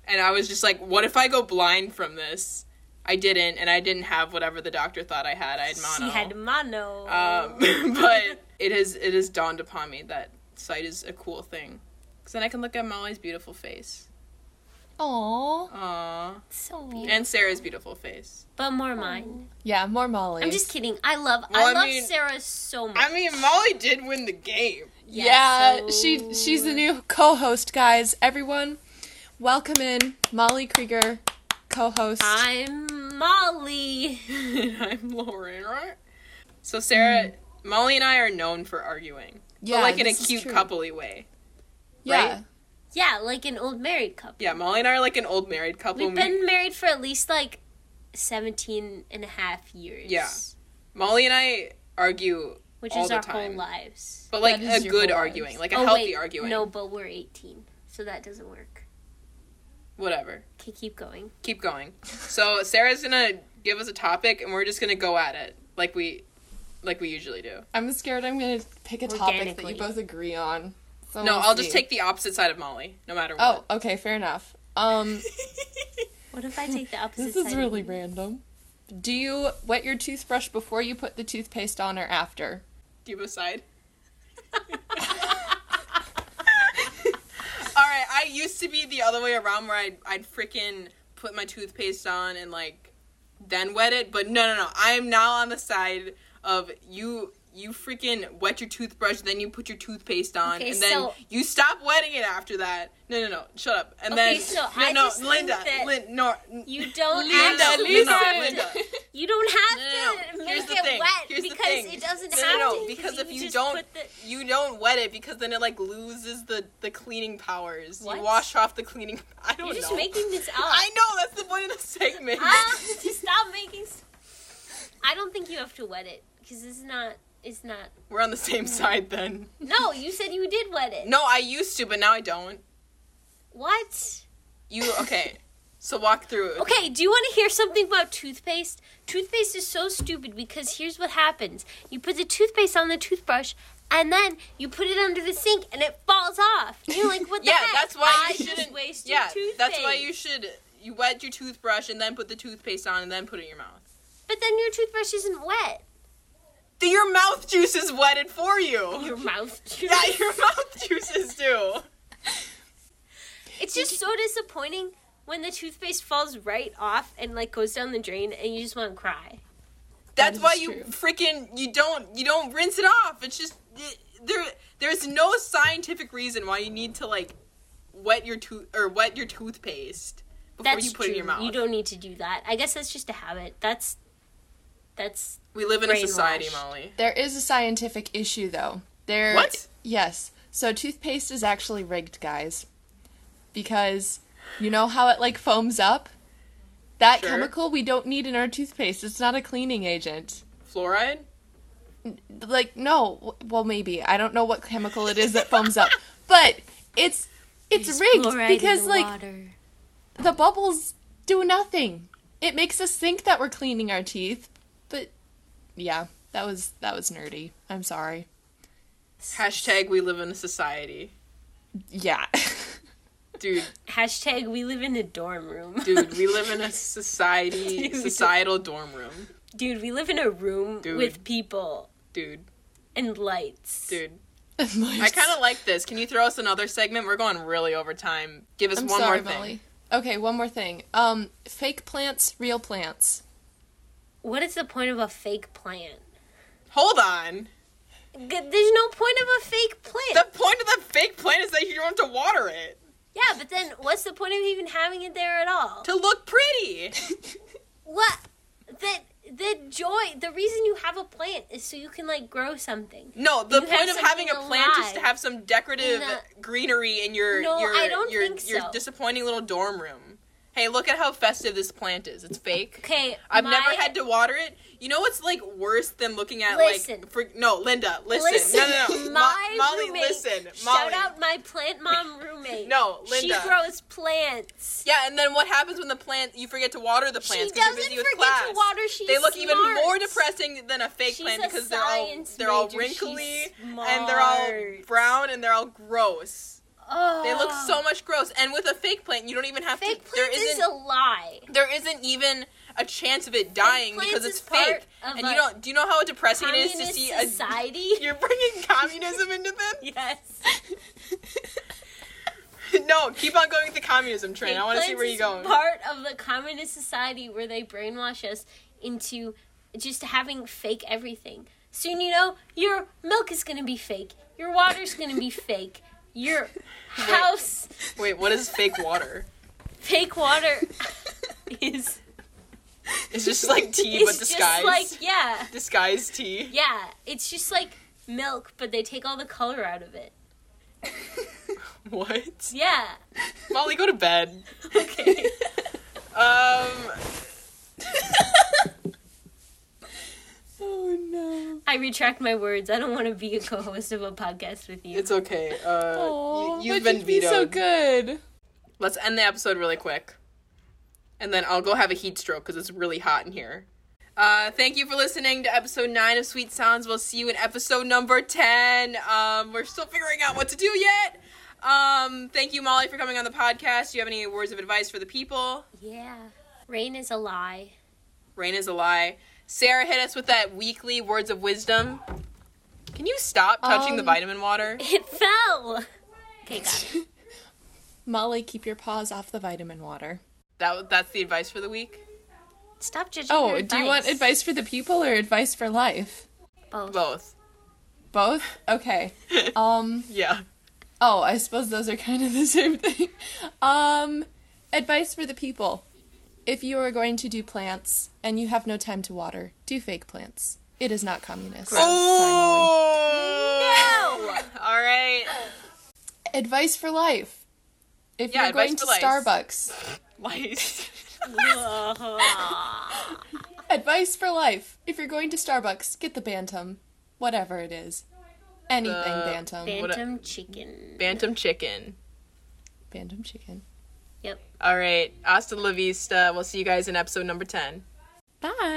[SPEAKER 2] And I was just like, what if I go blind from this? I didn't, and I didn't have whatever the doctor thought I had. I had mono.
[SPEAKER 4] She had mono.
[SPEAKER 2] Um, but it has it has dawned upon me that sight is a cool thing, because then I can look at Molly's beautiful face,
[SPEAKER 1] Aww.
[SPEAKER 2] Aww.
[SPEAKER 4] so weird.
[SPEAKER 2] and Sarah's beautiful face.
[SPEAKER 4] but more mine.
[SPEAKER 1] Yeah, more Molly.
[SPEAKER 4] I'm just kidding. I love
[SPEAKER 2] Well, I
[SPEAKER 4] I love
[SPEAKER 2] mean-
[SPEAKER 4] Sarah so much.
[SPEAKER 2] I mean, Molly did win the game.
[SPEAKER 1] Yeah,
[SPEAKER 4] so-
[SPEAKER 1] she she's the new co-host, guys. Everyone, welcome in Molly Krieger, co-host.
[SPEAKER 4] I'm Molly.
[SPEAKER 2] I'm Lauren, right? So Sarah, Molly, and I are known for arguing,
[SPEAKER 1] Mm. yeah,
[SPEAKER 2] but like in a
[SPEAKER 1] this is
[SPEAKER 2] cute,
[SPEAKER 1] true.
[SPEAKER 2] coupley way.
[SPEAKER 1] Yeah,
[SPEAKER 2] right?
[SPEAKER 4] Yeah, like an old married couple.
[SPEAKER 2] Yeah, Molly and I are like an old married couple.
[SPEAKER 4] We've
[SPEAKER 2] and we-
[SPEAKER 4] been married for at least like 17 and a half years.
[SPEAKER 2] Yeah. Molly and I argue,
[SPEAKER 4] Which
[SPEAKER 2] all
[SPEAKER 4] is
[SPEAKER 2] the
[SPEAKER 4] our whole
[SPEAKER 2] time.
[SPEAKER 4] lives.
[SPEAKER 2] but like
[SPEAKER 1] That
[SPEAKER 2] a
[SPEAKER 1] is your
[SPEAKER 2] good
[SPEAKER 1] whole
[SPEAKER 2] arguing,
[SPEAKER 1] lives.
[SPEAKER 2] like a
[SPEAKER 4] Oh,
[SPEAKER 2] healthy
[SPEAKER 4] wait,
[SPEAKER 2] arguing.
[SPEAKER 4] No, but we're 18, so that doesn't work.
[SPEAKER 2] Whatever.
[SPEAKER 4] Okay, keep going.
[SPEAKER 2] Keep going. So Sarah's gonna give us a topic, and we're just gonna go at it like we, like we usually do.
[SPEAKER 1] I'm scared. I'm gonna pick a topic that
[SPEAKER 4] Organically.
[SPEAKER 1] you both agree on. So
[SPEAKER 2] No,
[SPEAKER 1] we'll
[SPEAKER 2] I'll just
[SPEAKER 1] see.
[SPEAKER 2] take the opposite side of Molly, no matter what.
[SPEAKER 1] Oh, okay, fair enough. Um,
[SPEAKER 4] What if I take the opposite
[SPEAKER 1] this
[SPEAKER 4] side?
[SPEAKER 1] is
[SPEAKER 4] of
[SPEAKER 1] really
[SPEAKER 4] you?
[SPEAKER 1] random. Do you wet your toothbrush before you put the toothpaste on or after?
[SPEAKER 2] Do you have a side? All right, I used to be the other way around where I'd, I'd freaking put my toothpaste on and like then wet it, but no, no, no. I am now on the side of you. You freaking wet your toothbrush, then you put your toothpaste on,
[SPEAKER 4] Okay,
[SPEAKER 2] and then
[SPEAKER 4] so-
[SPEAKER 2] you stop wetting it after that. No, no, no, shut up. And
[SPEAKER 4] Okay,
[SPEAKER 2] then
[SPEAKER 4] so
[SPEAKER 2] no,
[SPEAKER 4] I
[SPEAKER 2] no,
[SPEAKER 4] just think
[SPEAKER 2] Linda,
[SPEAKER 4] that
[SPEAKER 2] Lin, no,
[SPEAKER 4] You don't
[SPEAKER 2] Linda,
[SPEAKER 4] actually
[SPEAKER 2] Linda,
[SPEAKER 4] have
[SPEAKER 2] Linda.
[SPEAKER 4] to. You don't have
[SPEAKER 2] No, no, no.
[SPEAKER 4] to make
[SPEAKER 2] Here's the
[SPEAKER 4] it
[SPEAKER 2] thing.
[SPEAKER 4] wet
[SPEAKER 2] Here's the
[SPEAKER 4] because
[SPEAKER 2] thing.
[SPEAKER 4] it doesn't
[SPEAKER 2] No,
[SPEAKER 4] have
[SPEAKER 2] no, no,
[SPEAKER 4] to.
[SPEAKER 2] because if you
[SPEAKER 4] just
[SPEAKER 2] don't-
[SPEAKER 4] put the-
[SPEAKER 2] you don't wet it because then it like loses the the cleaning powers.
[SPEAKER 4] What?
[SPEAKER 2] You wash off the cleaning. I don't
[SPEAKER 4] you're
[SPEAKER 2] know.
[SPEAKER 4] just making this up.
[SPEAKER 2] I know that's the point of the segment.
[SPEAKER 4] Ah, just stop making. s- I don't think you have to wet it because it's not. It's not.
[SPEAKER 2] We're on the same side then.
[SPEAKER 4] No, you said you did wet it.
[SPEAKER 2] No, I used to, but now I don't.
[SPEAKER 4] What?
[SPEAKER 2] You okay? so walk through it.
[SPEAKER 4] Okay, do you want to hear something about toothpaste? Toothpaste is so stupid because here's what happens: you put the toothpaste on the toothbrush, and then you put it under the sink, and it falls off. And you're like, what the
[SPEAKER 2] Yeah,
[SPEAKER 4] heck?
[SPEAKER 2] that's why
[SPEAKER 4] I
[SPEAKER 2] you
[SPEAKER 4] just
[SPEAKER 2] shouldn't.
[SPEAKER 4] wasted
[SPEAKER 2] yeah,
[SPEAKER 4] toothpaste.
[SPEAKER 2] that's why you should. You wet your toothbrush and then put the toothpaste on and then put it in your mouth.
[SPEAKER 4] But then your toothbrush isn't wet.
[SPEAKER 2] The, your mouth juice is wetted for you.
[SPEAKER 4] Your mouth.
[SPEAKER 2] Yeah, your mouth juices do.
[SPEAKER 4] It's just so disappointing when the toothpaste falls right off and like goes down the drain, and you just want to cry.
[SPEAKER 2] That's
[SPEAKER 1] That
[SPEAKER 2] why
[SPEAKER 1] is
[SPEAKER 2] you
[SPEAKER 1] true.
[SPEAKER 2] freaking you don't you don't rinse it off. It's just it, there there's no scientific reason why you need to like wet your tooth or wet your toothpaste before
[SPEAKER 4] That's
[SPEAKER 2] you put it in your
[SPEAKER 4] true.
[SPEAKER 2] mouth.
[SPEAKER 4] You don't need to do that. I guess that's just a habit. That's that's
[SPEAKER 2] we live in a society,
[SPEAKER 4] Brainwashed.
[SPEAKER 2] Molly.
[SPEAKER 1] There is a scientific issue though. There
[SPEAKER 2] What?
[SPEAKER 1] Yes. So toothpaste is actually rigged, guys. Because you know how it like foams up? That
[SPEAKER 2] Sure.
[SPEAKER 1] chemical we don't need in our toothpaste. It's not a cleaning agent.
[SPEAKER 2] Fluoride?
[SPEAKER 1] Like no, w- well maybe. I don't know what chemical it is that foams up. But it's it's rigged because like the bubbles do nothing. It makes us think that we're cleaning our teeth, but yeah, that was that was nerdy. I'm sorry.
[SPEAKER 2] Hashtag we live in a society.
[SPEAKER 1] Yeah.
[SPEAKER 2] Dude,
[SPEAKER 4] hashtag we live in a dorm room.
[SPEAKER 2] dude, we live in a society societal dorm room.
[SPEAKER 4] Dude, we live in a room
[SPEAKER 2] Dude.
[SPEAKER 4] with people
[SPEAKER 2] Dude,
[SPEAKER 4] and lights.
[SPEAKER 2] dude. I
[SPEAKER 1] I
[SPEAKER 2] kind of like this. Can you throw us another segment? We're going really over time. Give us
[SPEAKER 1] I'm
[SPEAKER 2] one
[SPEAKER 1] sorry,
[SPEAKER 2] more thing.
[SPEAKER 1] Molly. Okay, one more thing. Um, fake plants, real plants.
[SPEAKER 4] What is the point of a fake plant?
[SPEAKER 2] Hold on.
[SPEAKER 4] G- There's no point of a fake plant.
[SPEAKER 2] The point of the fake plant is that you don't have to water it
[SPEAKER 4] yeah, but then what's the point of even having it there at all?
[SPEAKER 2] to look pretty.
[SPEAKER 4] what the the joy the reason you have a plant is so you can like grow something
[SPEAKER 2] No, the
[SPEAKER 4] You have
[SPEAKER 2] point of having a
[SPEAKER 4] something
[SPEAKER 2] plant is to
[SPEAKER 4] alive.
[SPEAKER 2] have some decorative
[SPEAKER 4] No.
[SPEAKER 2] greenery in your
[SPEAKER 4] No,
[SPEAKER 2] your
[SPEAKER 4] I don't
[SPEAKER 2] your,
[SPEAKER 4] think
[SPEAKER 2] your
[SPEAKER 4] so.
[SPEAKER 2] disappointing little dorm room. Hey, look at how festive this plant is. It's fake.
[SPEAKER 4] okay
[SPEAKER 2] I've
[SPEAKER 4] my-
[SPEAKER 2] never had to water it. You know what's like worse than looking at
[SPEAKER 4] Listen.
[SPEAKER 2] like for, no, Linda, listen. No, no, no. Mo-
[SPEAKER 4] my
[SPEAKER 2] Molly,
[SPEAKER 4] roommate,
[SPEAKER 2] listen. Molly.
[SPEAKER 4] shout out my plant mom roommate
[SPEAKER 2] No,
[SPEAKER 4] she
[SPEAKER 2] Linda.
[SPEAKER 4] grows plants
[SPEAKER 2] Yeah, and then what happens when the plant you forget to water the plants
[SPEAKER 4] she
[SPEAKER 2] 'cause
[SPEAKER 4] doesn't
[SPEAKER 2] you're busy
[SPEAKER 4] forget
[SPEAKER 2] with class?
[SPEAKER 4] to water she's
[SPEAKER 2] they look even
[SPEAKER 4] smart.
[SPEAKER 2] more depressing than a fake
[SPEAKER 4] She's
[SPEAKER 2] plant
[SPEAKER 4] a
[SPEAKER 2] because they're all
[SPEAKER 4] science
[SPEAKER 2] they're all
[SPEAKER 4] major. She's
[SPEAKER 2] wrinkly and they're all
[SPEAKER 4] smart.
[SPEAKER 2] brown and they're all gross.
[SPEAKER 4] oh,
[SPEAKER 2] They look so much gross. And with a fake plant, you don't even have
[SPEAKER 4] fake
[SPEAKER 2] to.
[SPEAKER 4] plant
[SPEAKER 2] there
[SPEAKER 4] is
[SPEAKER 2] isn't
[SPEAKER 4] a lie
[SPEAKER 2] there isn't even a chance of it dying
[SPEAKER 4] plants
[SPEAKER 2] because
[SPEAKER 4] is
[SPEAKER 2] it's
[SPEAKER 4] part
[SPEAKER 2] fake.
[SPEAKER 4] of
[SPEAKER 2] And
[SPEAKER 4] a
[SPEAKER 2] you don't. Do you know how depressing it is
[SPEAKER 4] communist
[SPEAKER 2] to see a?
[SPEAKER 4] society
[SPEAKER 2] You're bringing communism into this?
[SPEAKER 4] yes
[SPEAKER 2] no, keep on going with the communism train.
[SPEAKER 4] Fake
[SPEAKER 2] I want to see
[SPEAKER 4] plants
[SPEAKER 2] where you're
[SPEAKER 4] is
[SPEAKER 2] going.
[SPEAKER 4] Part of the communist society where they brainwash us into just having fake everything. Soon you know your milk is gonna be fake. Your water's gonna be fake. Your house
[SPEAKER 2] Wait, what is fake water?
[SPEAKER 4] fake water is
[SPEAKER 2] It's just like tea,
[SPEAKER 4] is
[SPEAKER 2] but disguised.
[SPEAKER 4] just like yeah,
[SPEAKER 2] Disguised tea.
[SPEAKER 4] yeah. It's just like milk, but they take all the color out of it.
[SPEAKER 2] What?
[SPEAKER 4] Yeah.
[SPEAKER 2] Molly, go to bed.
[SPEAKER 4] Okay.
[SPEAKER 2] Um.
[SPEAKER 1] Oh,
[SPEAKER 4] I retract my words. I don't want to be a co-host of a podcast with you.
[SPEAKER 2] It's okay. Uh,
[SPEAKER 1] Oh,
[SPEAKER 2] you, have been
[SPEAKER 1] you'd be
[SPEAKER 2] vetoed.
[SPEAKER 1] so good.
[SPEAKER 2] Let's end the episode really quick. And then I'll go have a heat stroke because it's really hot in here. Uh, thank you for listening to episode 9 of Sweet Sounds. We'll see you in episode number 10. Um, we're still figuring out what to do yet. Um, thank you, Molly, for coming on the podcast. Do you have any words of advice for the people?
[SPEAKER 4] yeah. Rain is a lie.
[SPEAKER 2] Rain is a lie. Sarah hit us with that weekly words of wisdom. Can you stop touching the
[SPEAKER 1] Um,
[SPEAKER 2] vitamin water?
[SPEAKER 4] It fell. Okay, got it.
[SPEAKER 1] Molly, keep your paws off the vitamin water.
[SPEAKER 2] That that's the advice for the week.
[SPEAKER 4] Stop judging.
[SPEAKER 1] Oh,
[SPEAKER 4] her
[SPEAKER 1] do you want advice for the people or advice for life?
[SPEAKER 4] Both.
[SPEAKER 2] Both.
[SPEAKER 1] Both? Okay. Um
[SPEAKER 2] Yeah.
[SPEAKER 1] oh, I suppose those are kind of the same thing. Um advice for the people. If you are going to do plants and you have no time to water, do fake plants. It is not communist. Sorry, Molly.
[SPEAKER 2] Oh! No! All right.
[SPEAKER 1] Advice for life. If
[SPEAKER 2] Yeah,
[SPEAKER 1] you're going to
[SPEAKER 2] advice for life.
[SPEAKER 1] Starbucks,
[SPEAKER 2] Lice.
[SPEAKER 1] advice for life. If you're going to Starbucks, get the Bantam, whatever it is. Anything
[SPEAKER 2] The
[SPEAKER 1] Bantam.
[SPEAKER 2] What a-
[SPEAKER 4] Phantom chicken.
[SPEAKER 2] Bantam chicken.
[SPEAKER 1] Bantam chicken.
[SPEAKER 4] Yep.
[SPEAKER 2] All right. Hasta la vista. We'll see you guys in episode number 10.
[SPEAKER 1] Bye.